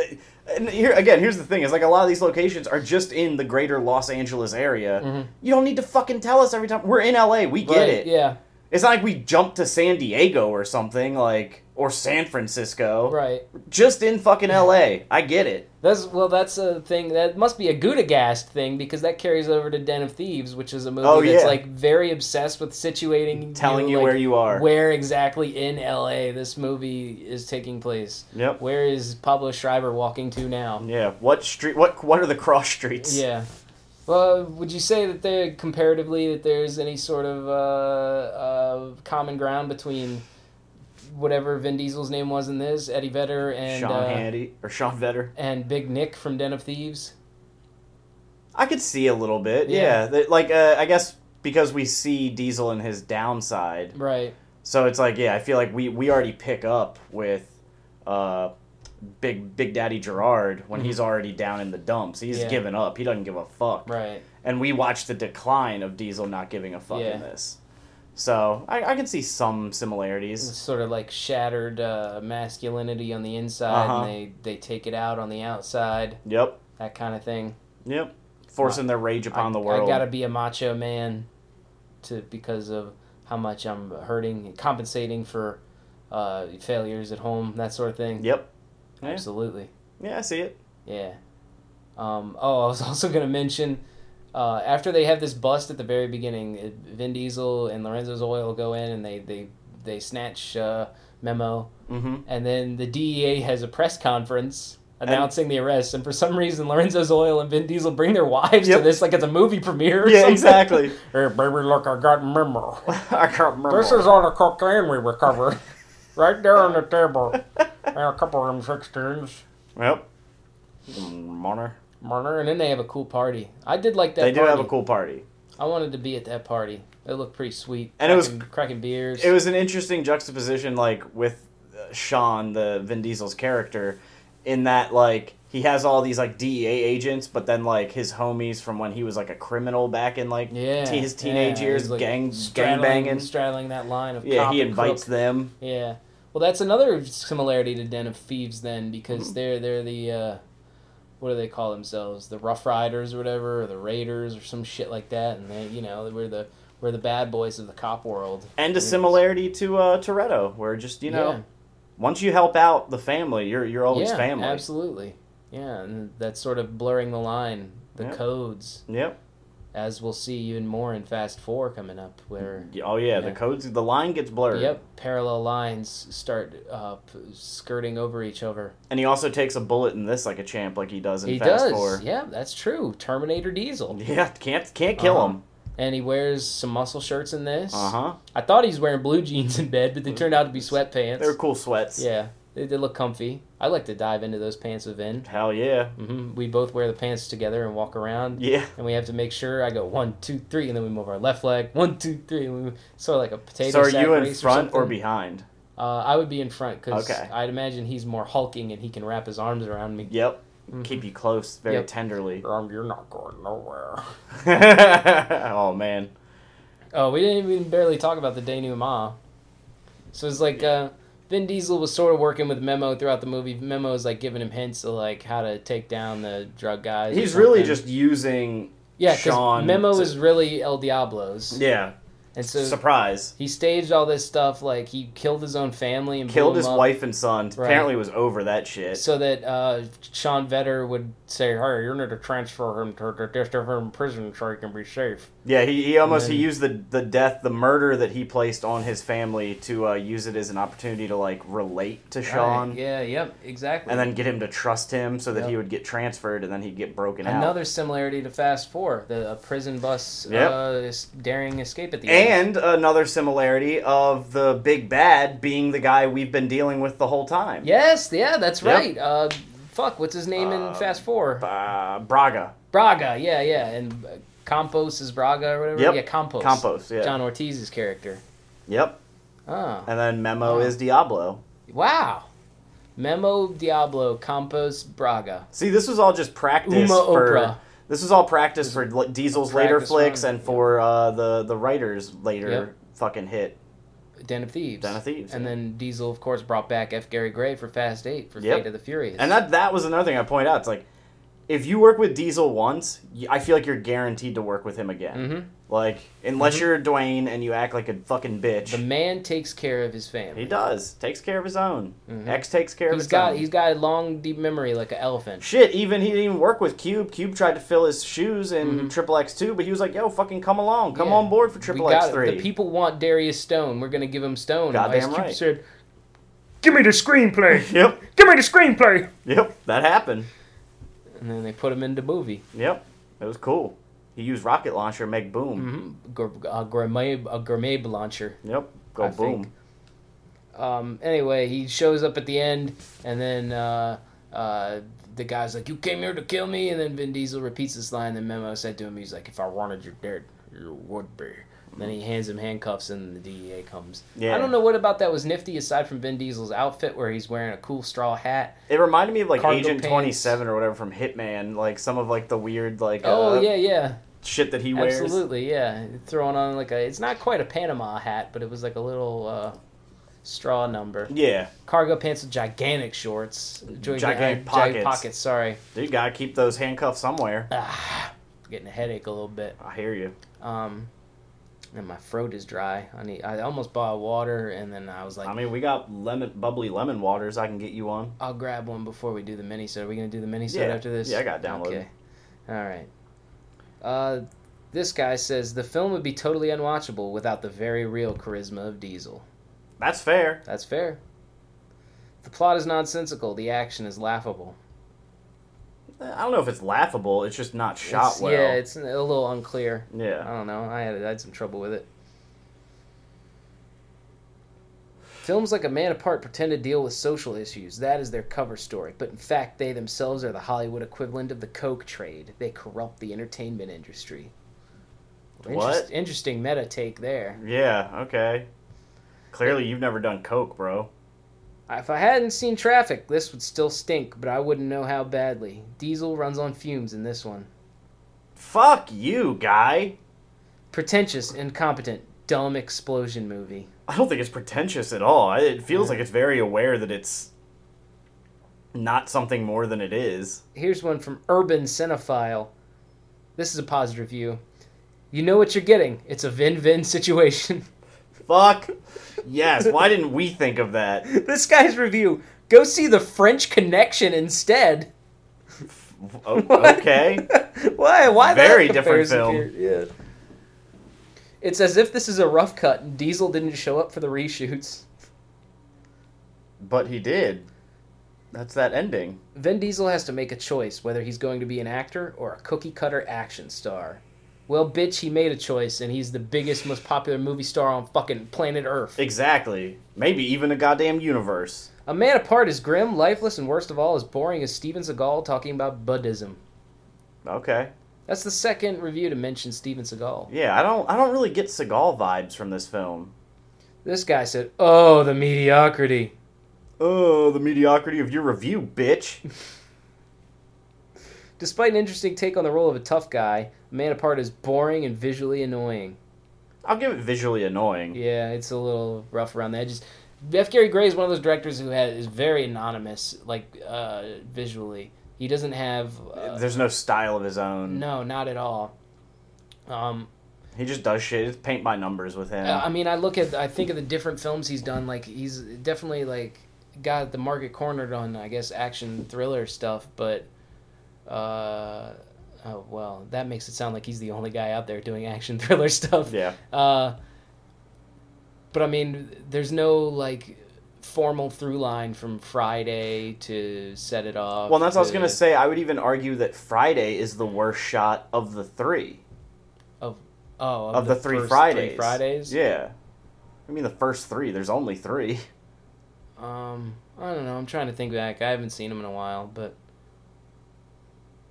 S2: and here again. Here's the thing: is like a lot of these locations are just in the greater Los Angeles area. You don't need to fucking tell us every time we're in LA. We get
S1: Mm-hmm. Right,
S2: it.
S1: Yeah,
S2: It's not like we jump to San Diego or something like or San Francisco.
S1: right.
S2: Just in fucking
S1: (laughs)
S2: LA. I get it.
S1: That's well. That's a thing that must be a Gudagast thing because that carries over to Den of Thieves, which is a movie
S2: Oh,
S1: that's
S2: yeah.
S1: like very obsessed with situating,
S2: Telling you
S1: like,
S2: where you are.
S1: where exactly in L.A. this movie is taking place.
S2: Yep.
S1: Where is Pablo Schreiber walking to now?
S2: Yeah. What street? What? What are the cross streets?
S1: Yeah. Well, would you say that there comparatively that there's any sort of uh, uh, common ground between whatever Vin Diesel's name was in this, Eddie Vedder and
S2: Sean
S1: uh,
S2: Handy or Sean Vetter.
S1: and Big Nick from Den of Thieves?
S2: I could see a little bit.
S1: Yeah.
S2: Yeah. That- Like uh, I guess because we see Diesel and his downside.
S1: Right.
S2: So it's like, yeah, I feel like we we already pick up with uh Big Big Daddy Gerard when he's already down in the dumps. He's
S1: Mm-hmm. Yeah.
S2: given up. He doesn't give a fuck.
S1: Right.
S2: And we watch the decline of Diesel not giving a fuck
S1: Yeah.
S2: in this. So I, I can see some similarities.
S1: sort of like shattered uh, masculinity on the inside
S2: Uh-huh.
S1: and they, they take it out on the outside
S2: Yep.
S1: that kind of thing
S2: Yep. Forcing their rage upon the
S1: i
S2: world.
S1: gotta be a macho man to because of how much i'm hurting and compensating for uh, failures at home that sort of thing
S2: Yep. Yeah.
S1: absolutely
S2: Yeah, I see it.
S1: yeah um, oh i was (laughs) also gonna mention uh, after they have this bust at the very beginning it- vin diesel and lorenzo's oil go in and they they they snatch uh, memo
S2: Mm-hmm.
S1: And then the DEA has a press conference announcing the arrest. And for some reason, Lorenzo's Oil and Vin Diesel bring their wives
S2: Yep.
S1: to this like it's a movie premiere. Or
S2: Yeah,
S1: something. (laughs)
S2: exactly. (laughs)
S1: Hey, baby, look, I got a memo.
S2: I can't remember.
S1: This is all the cocaine we recovered (laughs) right there on the
S2: (laughs)
S1: table. And a couple of them 16s.
S2: Yep. Mm, Monner.
S1: Murder. And then they have a cool party. I did like that
S2: They do
S1: party.
S2: have a cool party.
S1: I wanted to be at that party. It looked pretty sweet.
S2: And it was-
S1: Cracking- cracking beers.
S2: it was an interesting juxtaposition like with uh, sean the vin diesel's character in that like he has all these like dea agents but then like his homies from when he was like a criminal back in like
S1: yeah,
S2: te- his teenage
S1: yeah,
S2: years
S1: he's, like,
S2: gang gang
S1: straddling-
S2: banging
S1: straddling that line of
S2: yeah
S1: cop
S2: he
S1: and
S2: invites
S1: crook.
S2: them
S1: Yeah. Well, that's another similarity to Den of Thieves then, because they're they're the uh, what do they call themselves? The Rough Riders or whatever, or the Raiders or some shit like that, and they you know we're the we're the bad boys of the cop world.
S2: and a similarity to uh toretto where just you know
S1: Yeah.
S2: once you help out the family you're you're always
S1: yeah,
S2: family
S1: absolutely. Yeah, and that's sort of blurring the line, the
S2: Yeah.
S1: codes,
S2: yep
S1: as we'll see even more in Fast Four coming up, where
S2: oh yeah, the
S1: Yeah.
S2: codes the line gets blurred
S1: yep parallel lines start uh, p- skirting over each other.
S2: and he also takes a bullet in this like a champ like he does in
S1: He
S2: fast
S1: does.
S2: four
S1: Yeah, that's true. Terminator Diesel.
S2: (laughs) yeah can't can't kill
S1: Uh-huh.
S2: him
S1: and he wears some muscle shirts in this.
S2: uh-huh
S1: I thought he was wearing blue jeans in bed, but they turned out to be sweatpants.
S2: They were cool sweats.
S1: Yeah, They, they look comfy. I like to dive into those pants with Vin.
S2: Hell yeah.
S1: hmm We both wear the pants together and walk around.
S2: Yeah.
S1: And we have to make sure I go one, two, three, and then we move our left leg. One, two, three. And we move, sort of like a
S2: (laughs)
S1: potato.
S2: So are
S1: sack
S2: you in
S1: race
S2: front or,
S1: something.
S2: behind?
S1: Uh, I would be in front because
S2: Okay.
S1: I'd imagine he's more hulking and he can wrap his arms around me.
S2: Yep. Keep you close very
S1: Mm-hmm. Yep. (laughs)
S2: tenderly. (laughs)
S1: Um, you're not going nowhere.
S2: oh man.
S1: Oh, we didn't even barely talk about the denouement. So it's like uh, Vin Diesel was sort of working with Memo throughout the movie. Memo is like giving him hints of like how to take down the drug guys. or
S2: He's really
S1: something.
S2: just using
S1: yeah. Because
S2: Sean
S1: Memo
S2: to-
S1: is really El Diablo's,
S2: Yeah.
S1: and so
S2: Surprise.
S1: he staged all this stuff. Like he killed his own family and blew
S2: Killed
S1: them
S2: his
S1: up
S2: wife and son.
S1: Right.
S2: Apparently was over that shit.
S1: so that uh, Sean Vetter would say, "Hey, you're going to transfer him to the district from prison so he can be safe."
S2: yeah, he, he almost he
S1: then-
S2: used the the death, the murder that he placed on his family to uh, use it as an opportunity to like relate to Sean.
S1: Right, Yeah. Yep. Exactly.
S2: and then get him to trust him so that he
S1: Yep.
S2: would get transferred and then he'd get broken out.
S1: Another similarity to Fast Four, the a prison bus
S2: Yep.
S1: uh, s- daring escape at the end.
S2: And another similarity of the big bad being the guy we've been dealing with the whole time.
S1: yes, yeah, that's
S2: Yep.
S1: right. Uh, fuck, what's his name
S2: Uh,
S1: in Fast Four?
S2: Uh, Braga.
S1: Braga, yeah, yeah, and uh, Campos is Braga or whatever.
S2: Yep.
S1: Yeah, Campos.
S2: Campos, yeah.
S1: John Ortiz's character.
S2: Yep.
S1: Oh,
S2: And then Memo
S1: Wow.
S2: is Diablo.
S1: wow. Memo Diablo, Campos Braga.
S2: See, this was all just practice
S1: Uma
S2: for.
S1: Oprah.
S2: This was all practice for li- Diesel's later
S1: practice
S2: flicks
S1: run,
S2: and for uh, the the writers later
S1: Yep.
S2: fucking hit.
S1: Den of Thieves.
S2: Den of Thieves,
S1: And
S2: yeah.
S1: then Diesel, of course, brought back F. Gary Gray for Fast Eight for
S2: Yep.
S1: Fate of the Furious.
S2: And that that was another thing I point out. It's like if you work with Diesel once, y- I feel like you're guaranteed to work with him again.
S1: Mhm.
S2: Like unless you're Dwayne and you act like a fucking bitch,
S1: Mm-hmm. the man takes care of his family.
S2: he does takes care of his own. X takes care of
S1: Mm-hmm. He's
S2: his
S1: got
S2: own.
S1: he's got a long deep memory like an elephant.
S2: Shit, even he didn't even work with Cube. Cube tried to fill his shoes in Triple X two, but he was like, "Yo, fucking come along, come
S1: Mm-hmm. Yeah.
S2: on board for
S1: We
S2: Triple X
S1: got
S2: three.
S1: the people want Darius Stone. We're gonna give him Stone. And
S2: Goddamn
S1: Ice Cube
S2: right.
S1: said,
S3: Give me the screenplay.
S2: (laughs) Yep,
S3: Give me the screenplay.
S2: yep, that happened.
S1: and then they put him into movie.
S2: Yep, it was cool. He used rocket launcher, make
S1: Mm-hmm.
S2: boom.
S1: Mm, Gr- A gourmet a gourmet launcher.
S2: Yep, go
S1: I
S2: boom.
S1: think. Um, anyway, he shows up at the end, and then uh, uh, the guy's like, "You came here to kill me," and then Vin Diesel repeats this line that Memo said to him. He's like, "If I wanted you dead, you would be." And then he hands him handcuffs, and the DEA comes.
S2: Yeah.
S1: I don't know what about that was nifty, aside from Vin Diesel's outfit, where he's wearing a cool straw hat.
S2: It reminded me of like
S1: Cargo
S2: Agent
S1: pants.
S2: Twenty Seven or whatever from Hitman, like some of like the weird like
S1: Oh
S2: uh,
S1: yeah, yeah,
S2: shit that he wears.
S1: absolutely, yeah. Throwing on uh, like a, it's not quite a Panama hat, but it was like a little uh, straw number.
S2: Yeah,
S1: cargo pants with gigantic shorts, gigantic,
S2: Gigantic
S1: pockets.
S2: pockets.
S1: Sorry,
S2: dude, gotta keep those handcuffs somewhere.
S1: Ah. getting a headache a little bit.
S2: I hear you.
S1: Um, and my throat is dry. I need. I almost bought water, and then I was like,
S2: I mean, we got lemon bubbly lemon waters. I can get you on.
S1: I'll grab one before we do the mini. So are we gonna do the mini
S2: Yeah.
S1: after this?
S2: Yeah, I got it downloaded.
S1: Okay. All right. Uh, this guy says the film would be totally unwatchable without the very real charisma of Diesel.
S2: That's fair.
S1: That's fair. The plot is nonsensical. The action is laughable.
S2: I don't know if it's laughable. It's just not shot
S1: It's-
S2: well.
S1: Yeah, it's um, a little unclear. I
S2: yeah.
S1: don't know. I had I had some trouble with it. Films like A Man Apart pretend to deal with social issues. That is their cover story. But in fact, they themselves are the Hollywood equivalent of the coke trade. They corrupt the entertainment industry.
S2: What?
S1: interesting meta take there.
S2: Yeah. Okay. Clearly, you've never done coke, bro.
S1: If I hadn't seen traffic, this would still stink, but I wouldn't know how badly. Diesel runs on fumes in this one.
S2: Fuck you, guy.
S1: Pretentious, incompetent, dumb explosion movie.
S2: I don't think it's pretentious at all. I- It feels like it's very aware that it's not something more than it is.
S1: Here's one from Urban Cinephile. This is a positive view. You know what you're getting. It's a win-win situation. (laughs)
S2: Fuck. Yes. Why didn't we think
S1: (laughs)
S2: of that?
S1: this guy's review. Go see the French Connection instead. (laughs)
S2: O- okay.
S1: Why? Why that
S2: Very different
S1: comparison
S2: film.
S1: here? Yeah. It's as if this is a rough cut and Diesel didn't show up for the reshoots.
S2: But he did. That's that ending.
S1: Vin Diesel has to make a choice whether he's going to be an actor or a cookie cutter action star. Well, bitch, he made a choice, and he's the biggest, most popular movie star on fucking planet Earth.
S2: Exactly. Maybe even a goddamn universe.
S1: A man apart is grim, lifeless, and worst of all, as boring as Steven Seagal talking about Buddhism.
S2: Okay.
S1: That's the second review to mention Steven Seagal.
S2: Yeah, I don't I don't really get Seagal vibes from this film.
S1: This guy said, "Oh, the mediocrity."
S2: Oh, the mediocrity of your review,
S1: (laughs)
S2: bitch.
S1: Despite an interesting take on the role of a tough guy, Man Apart is boring and visually annoying.
S2: I'll give it visually annoying.
S1: Yeah, it's a little rough around the edges. F. Gary Gray is one of those directors who has, is very anonymous, like uh, visually. He doesn't have uh,
S2: There's no style of his own.
S1: no, not at all. Um,
S2: He just does shit. It's paint by numbers with him.
S1: Uh, I mean, I look at, I think of the different films he's done. Like he's definitely like got the market cornered on, I guess, action thriller stuff. But, uh, oh well, that makes it sound like he's the only guy out there doing action thriller (laughs) stuff.
S2: yeah.
S1: Uh, but I mean, there's no like formal through line from Friday to set it off.
S2: Well, that's what I was
S1: to-
S2: gonna say. I would even argue that Friday is the worst shot of the three
S1: Of oh,
S2: of, the, three
S1: first
S2: Fridays.
S1: Three Fridays.
S2: Yeah. I mean the first three. There's only three. (laughs)
S1: Um, I don't know. I'm trying to think back. I haven't seen them in a while, but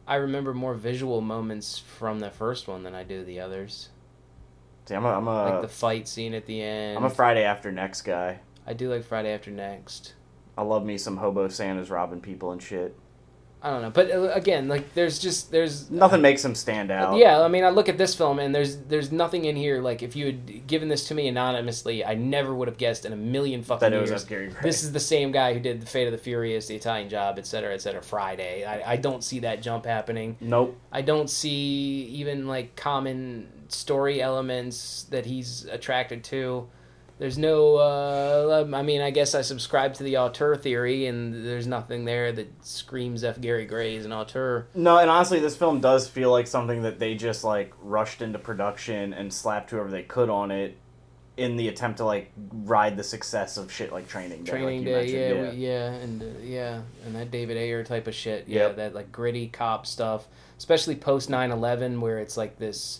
S1: I remember more visual moments from the first one than I do the others.
S2: See, I'm a, I'm a
S1: Like the fight scene at the end.
S2: am Uh, a Friday after next guy.
S1: I do like Friday After Next.
S2: I love me some hobo Santas robbing people and shit.
S1: I don't know, but uh, again, like there's just there's
S2: Nothing makes him stand out.
S1: Yeah, I mean, I look at this film and there's there's nothing in here. Like, if you had given this to me anonymously, I never would have guessed in a million fucking
S2: That it was
S1: years.
S2: F. Gary Gray.
S1: This is the same guy who did the Fate of the Furious, the Italian Job, et cetera, et cetera. Friday. I, I don't see that jump happening.
S2: Nope.
S1: I don't see even like common story elements that he's attracted to. There's no, uh, I mean, I guess I subscribe to the auteur theory, and there's nothing there that screams F. Gary Gray is an auteur.
S2: No, and honestly, this film does feel like something that they just like rushed into production and slapped whoever they could on it in the attempt to like ride the success of shit like Training Day.
S1: Training
S2: like
S1: Day,
S2: you
S1: yeah,
S2: mentioned.
S1: yeah, we, yeah and uh, yeah, and that David Ayer type of shit, yeah,
S2: Yep.
S1: that like gritty cop stuff, especially post 9-11 where it's like this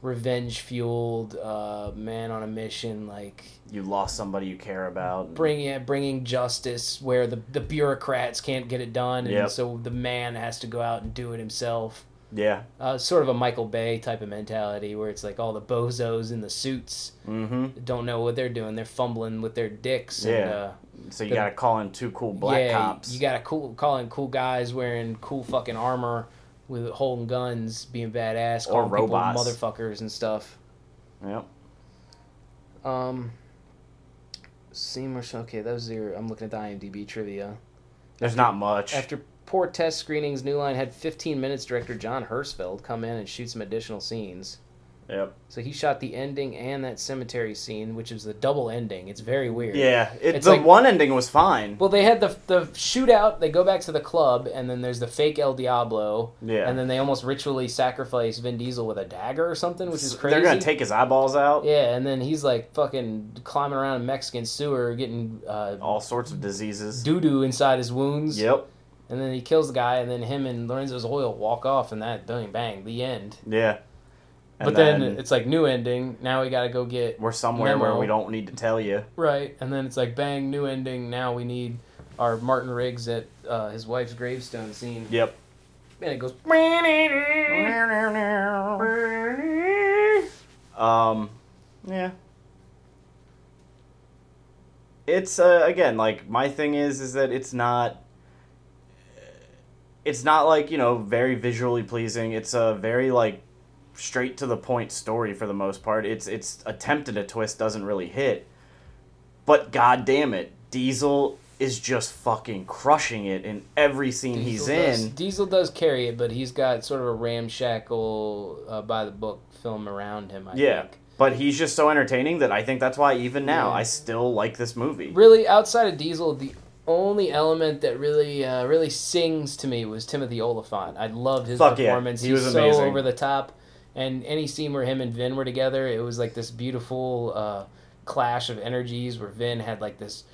S1: revenge fueled uh, man on a mission, like
S2: You lost somebody you care about.
S1: bring yeah, bringing justice where the the bureaucrats can't get it done, and
S2: Yep.
S1: so the man has to go out and do it himself.
S2: Yeah.
S1: Uh, sort of a Michael Bay type of mentality where it's like all the bozos in the suits
S2: Mm-hmm.
S1: don't know what they're doing; they're fumbling with their dicks.
S2: Yeah.
S1: And, uh,
S2: So you
S1: The-
S2: got to call in two cool black cops.
S1: You got to cool calling cool guys wearing cool fucking armor with holding guns, being badass,
S2: Or
S1: calling people
S2: robots.
S1: motherfuckers and stuff.
S2: Yep.
S1: Um, Seymour. Okay, that was your. I'm looking at the IMDb trivia.
S2: There's not much.
S1: After poor test screenings, New Line had 15 minutes. Director John Hirschfeld come in and shoot some additional scenes.
S2: Yep.
S1: So he shot the ending and that cemetery scene, which is the double ending. It's very weird.
S2: Yeah. It,
S1: It's
S2: the
S1: like-
S2: one ending was fine.
S1: Well, they had the the shootout. They go back to the club, and then there's the fake El Diablo.
S2: Yeah.
S1: And then they almost ritually sacrifice Vin Diesel with a dagger or something, which is crazy.
S2: They're gonna take his eyeballs out.
S1: Yeah, and then he's like fucking climbing around a Mexican sewer, getting uh,
S2: All sorts of diseases.
S1: doo doo inside his wounds.
S2: Yep.
S1: And then he kills the guy, and then him and Lorenzo's oil walk off, and that bang bang, the end.
S2: Yeah. And
S1: but then, it's like new ending. Now we got to go get
S2: we're somewhere where
S1: Memo.
S2: we don't need to tell you.
S1: right, and then it's like bang new ending. Now we need our Martin Riggs at uh, his wife's gravestone scene.
S2: Yep.
S1: And it goes.
S2: Um, yeah. It's uh, again like my thing is is that it's not. It's not like you know very visually pleasing. It's a very like straight to the point story for the most part. It's it's attempted a twist doesn't really hit, but god damn it, Diesel is just fucking crushing it in every scene he's
S1: Diesel does-
S2: in.
S1: Diesel does carry it, but he's got sort of a ramshackle, uh, by the book film around him. I
S2: Yeah.
S1: think.
S2: But he's just so entertaining that I think that's why even now
S1: Yeah.
S2: I still like this movie.
S1: Really, outside of Diesel, the only element that really, uh, really sings to me was Timothy Oliphant. I loved his
S2: Fuck yeah.
S1: performance.
S2: He was
S1: he's
S2: amazing.
S1: so over the top, and any scene where him and Vin were together, it was like this beautiful uh, clash of energies where Vin had like this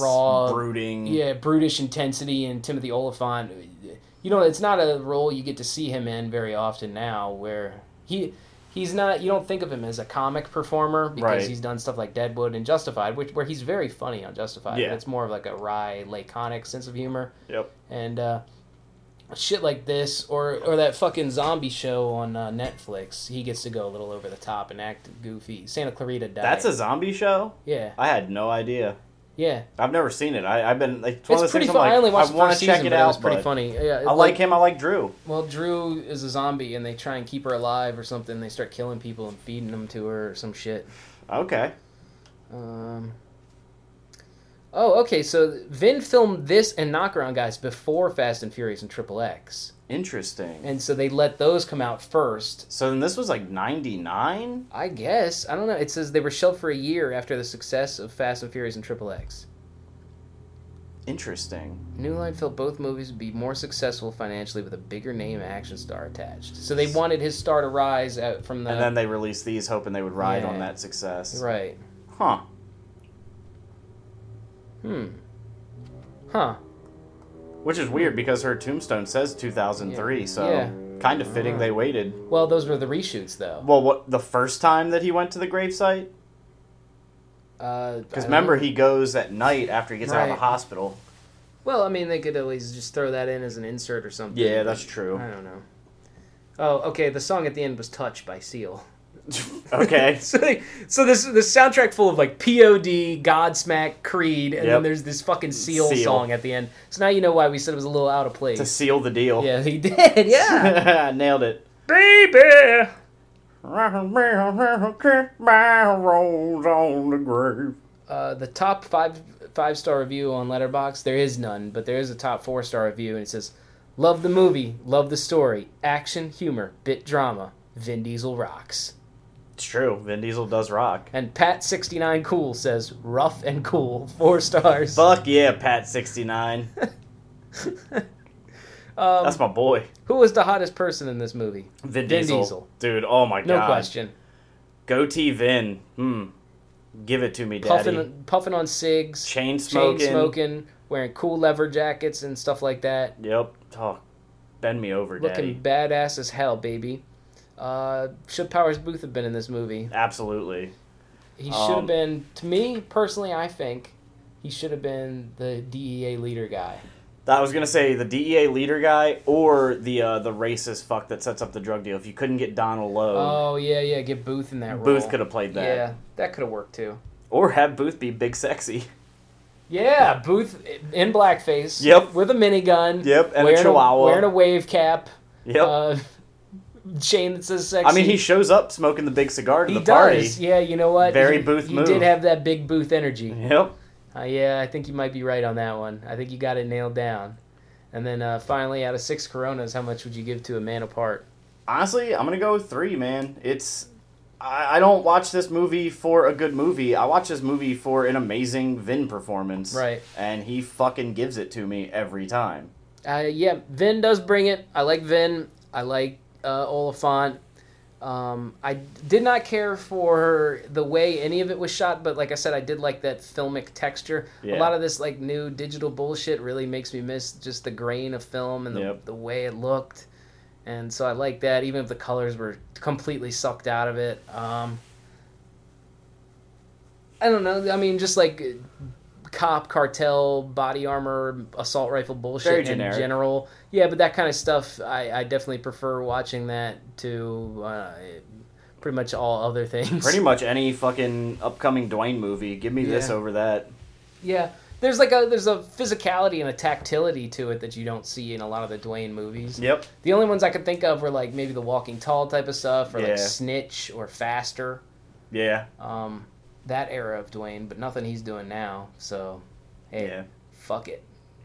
S1: raw,
S2: brooding.
S1: Yeah, brutish intensity and Timothy Oliphant. You know, it's not a role you get to see him in very often now, where He he's not. You don't think of him as a comic performer because
S2: Right.
S1: he's done stuff like Deadwood and Justified, which where he's very funny on Justified.
S2: Yeah.
S1: It's more of like a wry, laconic sense of humor
S2: Yep.
S1: and uh, shit like this, or or that fucking zombie show on uh, Netflix. He gets to go a little over the top and act goofy. Santa Clarita Diet.
S2: That's a zombie show.
S1: yeah,
S2: I had no idea.
S1: yeah.
S2: I've never seen it. I, I've been like, it's, one of
S1: It's
S2: those
S1: pretty
S2: things
S1: fun.
S2: I'm like,
S1: I only watched the
S2: wanna
S1: first
S2: check
S1: season,
S2: it
S1: but it
S2: out.
S1: was pretty
S2: but
S1: funny. Yeah,
S2: I like him. I like Drew.
S1: Well, Drew is a zombie, and they try and keep her alive or something. They start killing people and feeding them to her or some shit.
S2: Okay.
S1: Um. Oh, okay. So Vin filmed this and Knockaround Guys before Fast and Furious and Triple X,
S2: Interesting.
S1: and so they let those come out first,
S2: so then this was like 99?
S1: I guess. I don't know. It says they were shelved for a year after the success of Fast and Furious and Triple X.
S2: Interesting.
S1: New Line felt both movies would be more successful financially with a bigger name action star attached. So they wanted his star to rise out from the.
S2: and then they released these hoping they would ride on
S1: Uh, Yeah.
S2: that success.
S1: right.
S2: Huh.
S1: Hmm. Huh.
S2: Which is weird because her tombstone says 2003, so
S1: Yeah. Uh-huh.
S2: kind of fitting they waited.
S1: Well, those were the reshoots, though.
S2: Well, what the first time that he went to the gravesite?
S1: Because
S2: Because remember, he goes at night after he gets out of
S1: Right.
S2: the hospital.
S1: Well, I mean, they could at least just throw that in as an insert or something.
S2: Yeah, that's true.
S1: I don't know. Oh, okay. The song at the end was "Touched" by Seal. (laughs)
S2: okay.
S1: so they, so this the soundtrack full of like POD, Godsmack, Creed, and then
S2: Yep.
S1: there's this fucking Seal,
S2: Seal.
S1: song at the end. So now you know why we said it was a little out of
S2: to
S1: place.
S2: seal the deal.
S1: Yeah, he (laughs) did.
S2: (laughs)
S1: Yeah,
S2: Nailed it.
S1: baby.
S2: My rose on the grave.
S1: Uh, the top five five star review on Letterbox. There is none, but there is a top four star review, and it says, "Love the movie, love the story, action, humor, bit drama. Vin Diesel rocks."
S2: It's true. Vin Diesel does rock.
S1: And Pat sixty nine cool says, "Rough and cool, (laughs) four stars."
S2: Fuck yeah, Pat sixty nine. That's my boy,
S1: (laughs) Who was the hottest person in this movie? Vin
S2: Vin, Diesel.
S1: Diesel.
S2: Dude, oh my
S1: No
S2: god.
S1: question.
S2: Goatee Vin. Hmm. Give it to me, Daddy.
S1: puffing puffing on cigs, chain
S2: Chain smoking.
S1: smoking, wearing cool leather jackets and stuff like that.
S2: Yep. Oh, bend me over, Daddy.
S1: Looking badass as hell, baby. Uh, should Powers Booth have been in this movie?
S2: Absolutely.
S1: He
S2: Um,
S1: should have been. To me personally, I think he should have been the DEA leader guy.
S2: I was gonna say the DEA leader guy or the uh, the racist fuck that sets up the drug deal. If you couldn't get Donald Lowe,
S1: Oh yeah, yeah. Get Booth in that role.
S2: Booth could have played that.
S1: Yeah, that could have worked too.
S2: Or have Booth be big sexy. (laughs)
S1: Yeah, Booth in blackface.
S2: Yep.
S1: With a minigun.
S2: Yep, and a
S1: wearing
S2: chihuahua.
S1: wearing a wave cap.
S2: Yep.
S1: Uh, chain that says sexy.
S2: I mean, he shows up smoking the big cigar to
S1: He
S2: the
S1: does.
S2: party.
S1: Yeah, you know what?
S2: Very
S1: he,
S2: Booth
S1: he
S2: move.
S1: did have that big Booth energy.
S2: (laughs) Yep.
S1: Uh, yeah, I think you might be right on that one. I think you got it nailed down. And then uh, finally, out of six Coronas, how much would you give to a man apart?
S2: Honestly, I'm gonna go with three, man. It's I, I don't watch this movie for a good movie. I watch this movie for an amazing Vin performance.
S1: Right.
S2: And he fucking gives it to me every time.
S1: Uh, yeah, Vin does bring it. I like Vin. I like uh, Oliphant. Um, I did not care for the way any of it was shot, but like I said, I did like that filmic texture. A
S2: Yeah.
S1: lot of this like new digital bullshit really makes me miss just the grain of film and the,
S2: Yep.
S1: the way it looked. And so I like that, even if the colors were completely sucked out of it. Um, I don't know. I mean, just like cop, cartel, body armor, assault rifle bullshit
S2: Very
S1: in
S2: generic.
S1: general. Yeah, but that kind of stuff, I, I definitely prefer watching that to uh, pretty much all other things.
S2: Pretty much any fucking upcoming Dwayne movie. Give me this
S1: Yeah.
S2: over that.
S1: (laughs) Yeah, there's like a there's a physicality and a tactility to it that you don't see in a lot of the Dwayne movies.
S2: Yep.
S1: The only ones I could think of were like maybe the Walking Tall type of stuff, or
S2: Yeah.
S1: like Snitch or Faster,
S2: Yeah.
S1: um, that era of Dwayne. But nothing he's doing now. So, hey,
S2: Yeah.
S1: fuck it.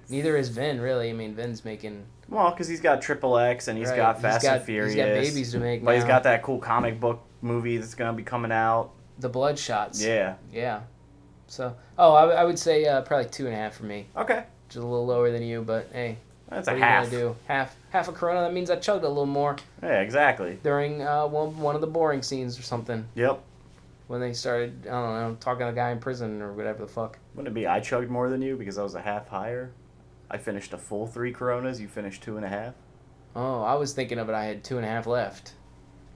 S1: Neither is Vin really. I mean, Vin's making
S2: Well, because he's got Triple X and he's
S1: Right,
S2: got
S1: he's
S2: Fast
S1: got-
S2: and Furious.
S1: He's got babies to make.
S2: But he's
S1: now.
S2: got that cool comic book movie that's gonna be coming out.
S1: the Bloodshots.
S2: Yeah.
S1: yeah. So, oh, I, I would say uh, probably two and a half for me,
S2: Okay.
S1: just a little lower than you, but hey,
S2: That's
S1: what
S2: a
S1: are
S2: half.
S1: you gonna do? Half, half a Corona. That means I chugged a little more
S2: Yeah, exactly.
S1: during uh, one one of the boring scenes or something
S2: Yep.
S1: when they started, I don't know, talking to the guy in prison or whatever the fuck.
S2: Wouldn't it be I chugged more than you because I was a half higher? I finished a full three Coronas. You finished two and a half.
S1: Oh, I was thinking of it. I had two and a half left.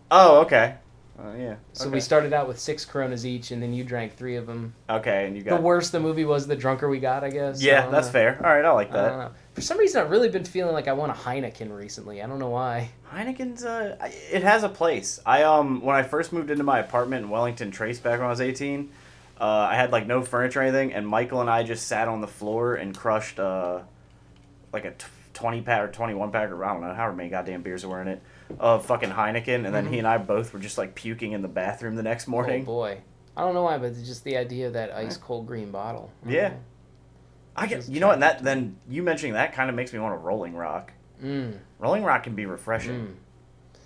S2: Oh, okay. Uh, yeah.
S1: So
S2: okay.
S1: we started out with six Coronas each, and then you drank three of them.
S2: Okay, and you
S1: The
S2: got.
S1: worse the movie was, the drunker we got, I guess. I
S2: yeah,
S1: don't
S2: that's
S1: know.
S2: fair. All right, I like
S1: I don't
S2: that.
S1: know. For some reason, I've really been feeling like I want a Heineken recently. I don't know why.
S2: Heineken's uh, I- it has a place. I um when I first moved into my apartment in Wellington Trace back when I was eighteen, uh, I had like no furniture or anything, and Michael and I just sat on the floor and crushed uh, like a t- twenty pack or twenty one pack or I don't know however many goddamn beers were in it of fucking Heineken, and then he and I both were just like puking in the bathroom the next
S1: Mm-hmm. Oh
S2: morning.
S1: boy, I don't know why, but it's just the idea of that ice cold green bottle. Mm. I don't
S2: Yeah.
S1: know.
S2: I get you know what and that then you mentioning that kind of makes me want a Rolling Rock.
S1: Mm,
S2: Rolling Rock can be refreshing.
S1: mm.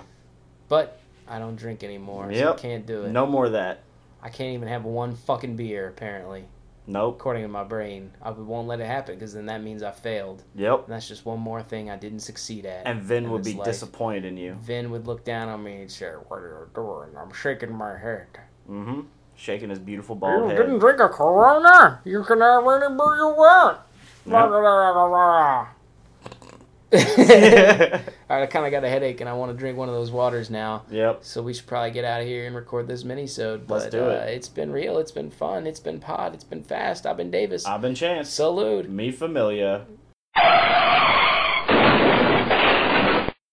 S1: But I don't drink anymore. So
S2: Yep.
S1: can't do it.
S2: No more of that.
S1: I can't even have one fucking beer apparently,
S2: Nope.
S1: according to my brain. I won't let it happen because then that means I failed,
S2: Yep.
S1: and that's just one more thing I didn't succeed at.
S2: And Vin
S1: in
S2: would
S1: this
S2: be
S1: life.
S2: disappointed in you.
S1: Vin would look down on me and say, "What are you doing?" I'm shaking
S2: (laughs)
S1: my (laughs) head.
S2: Mm-hmm. Shaking his beautiful
S1: You
S2: bald
S1: didn't
S2: head.
S1: drink a Corona. You can have any beer you want.
S2: (laughs) Nope.
S1: All right, I kind of got a headache and I want to drink one of those waters now.
S2: yep.
S1: So we should probably get out of here and record this mini-sode.
S2: Let's
S1: but,
S2: do it.
S1: Uh, it's been real. It's been fun. It's been pod. It's been fast. I've been Davis.
S2: I've been Chance.
S1: Salute.
S2: Me familia.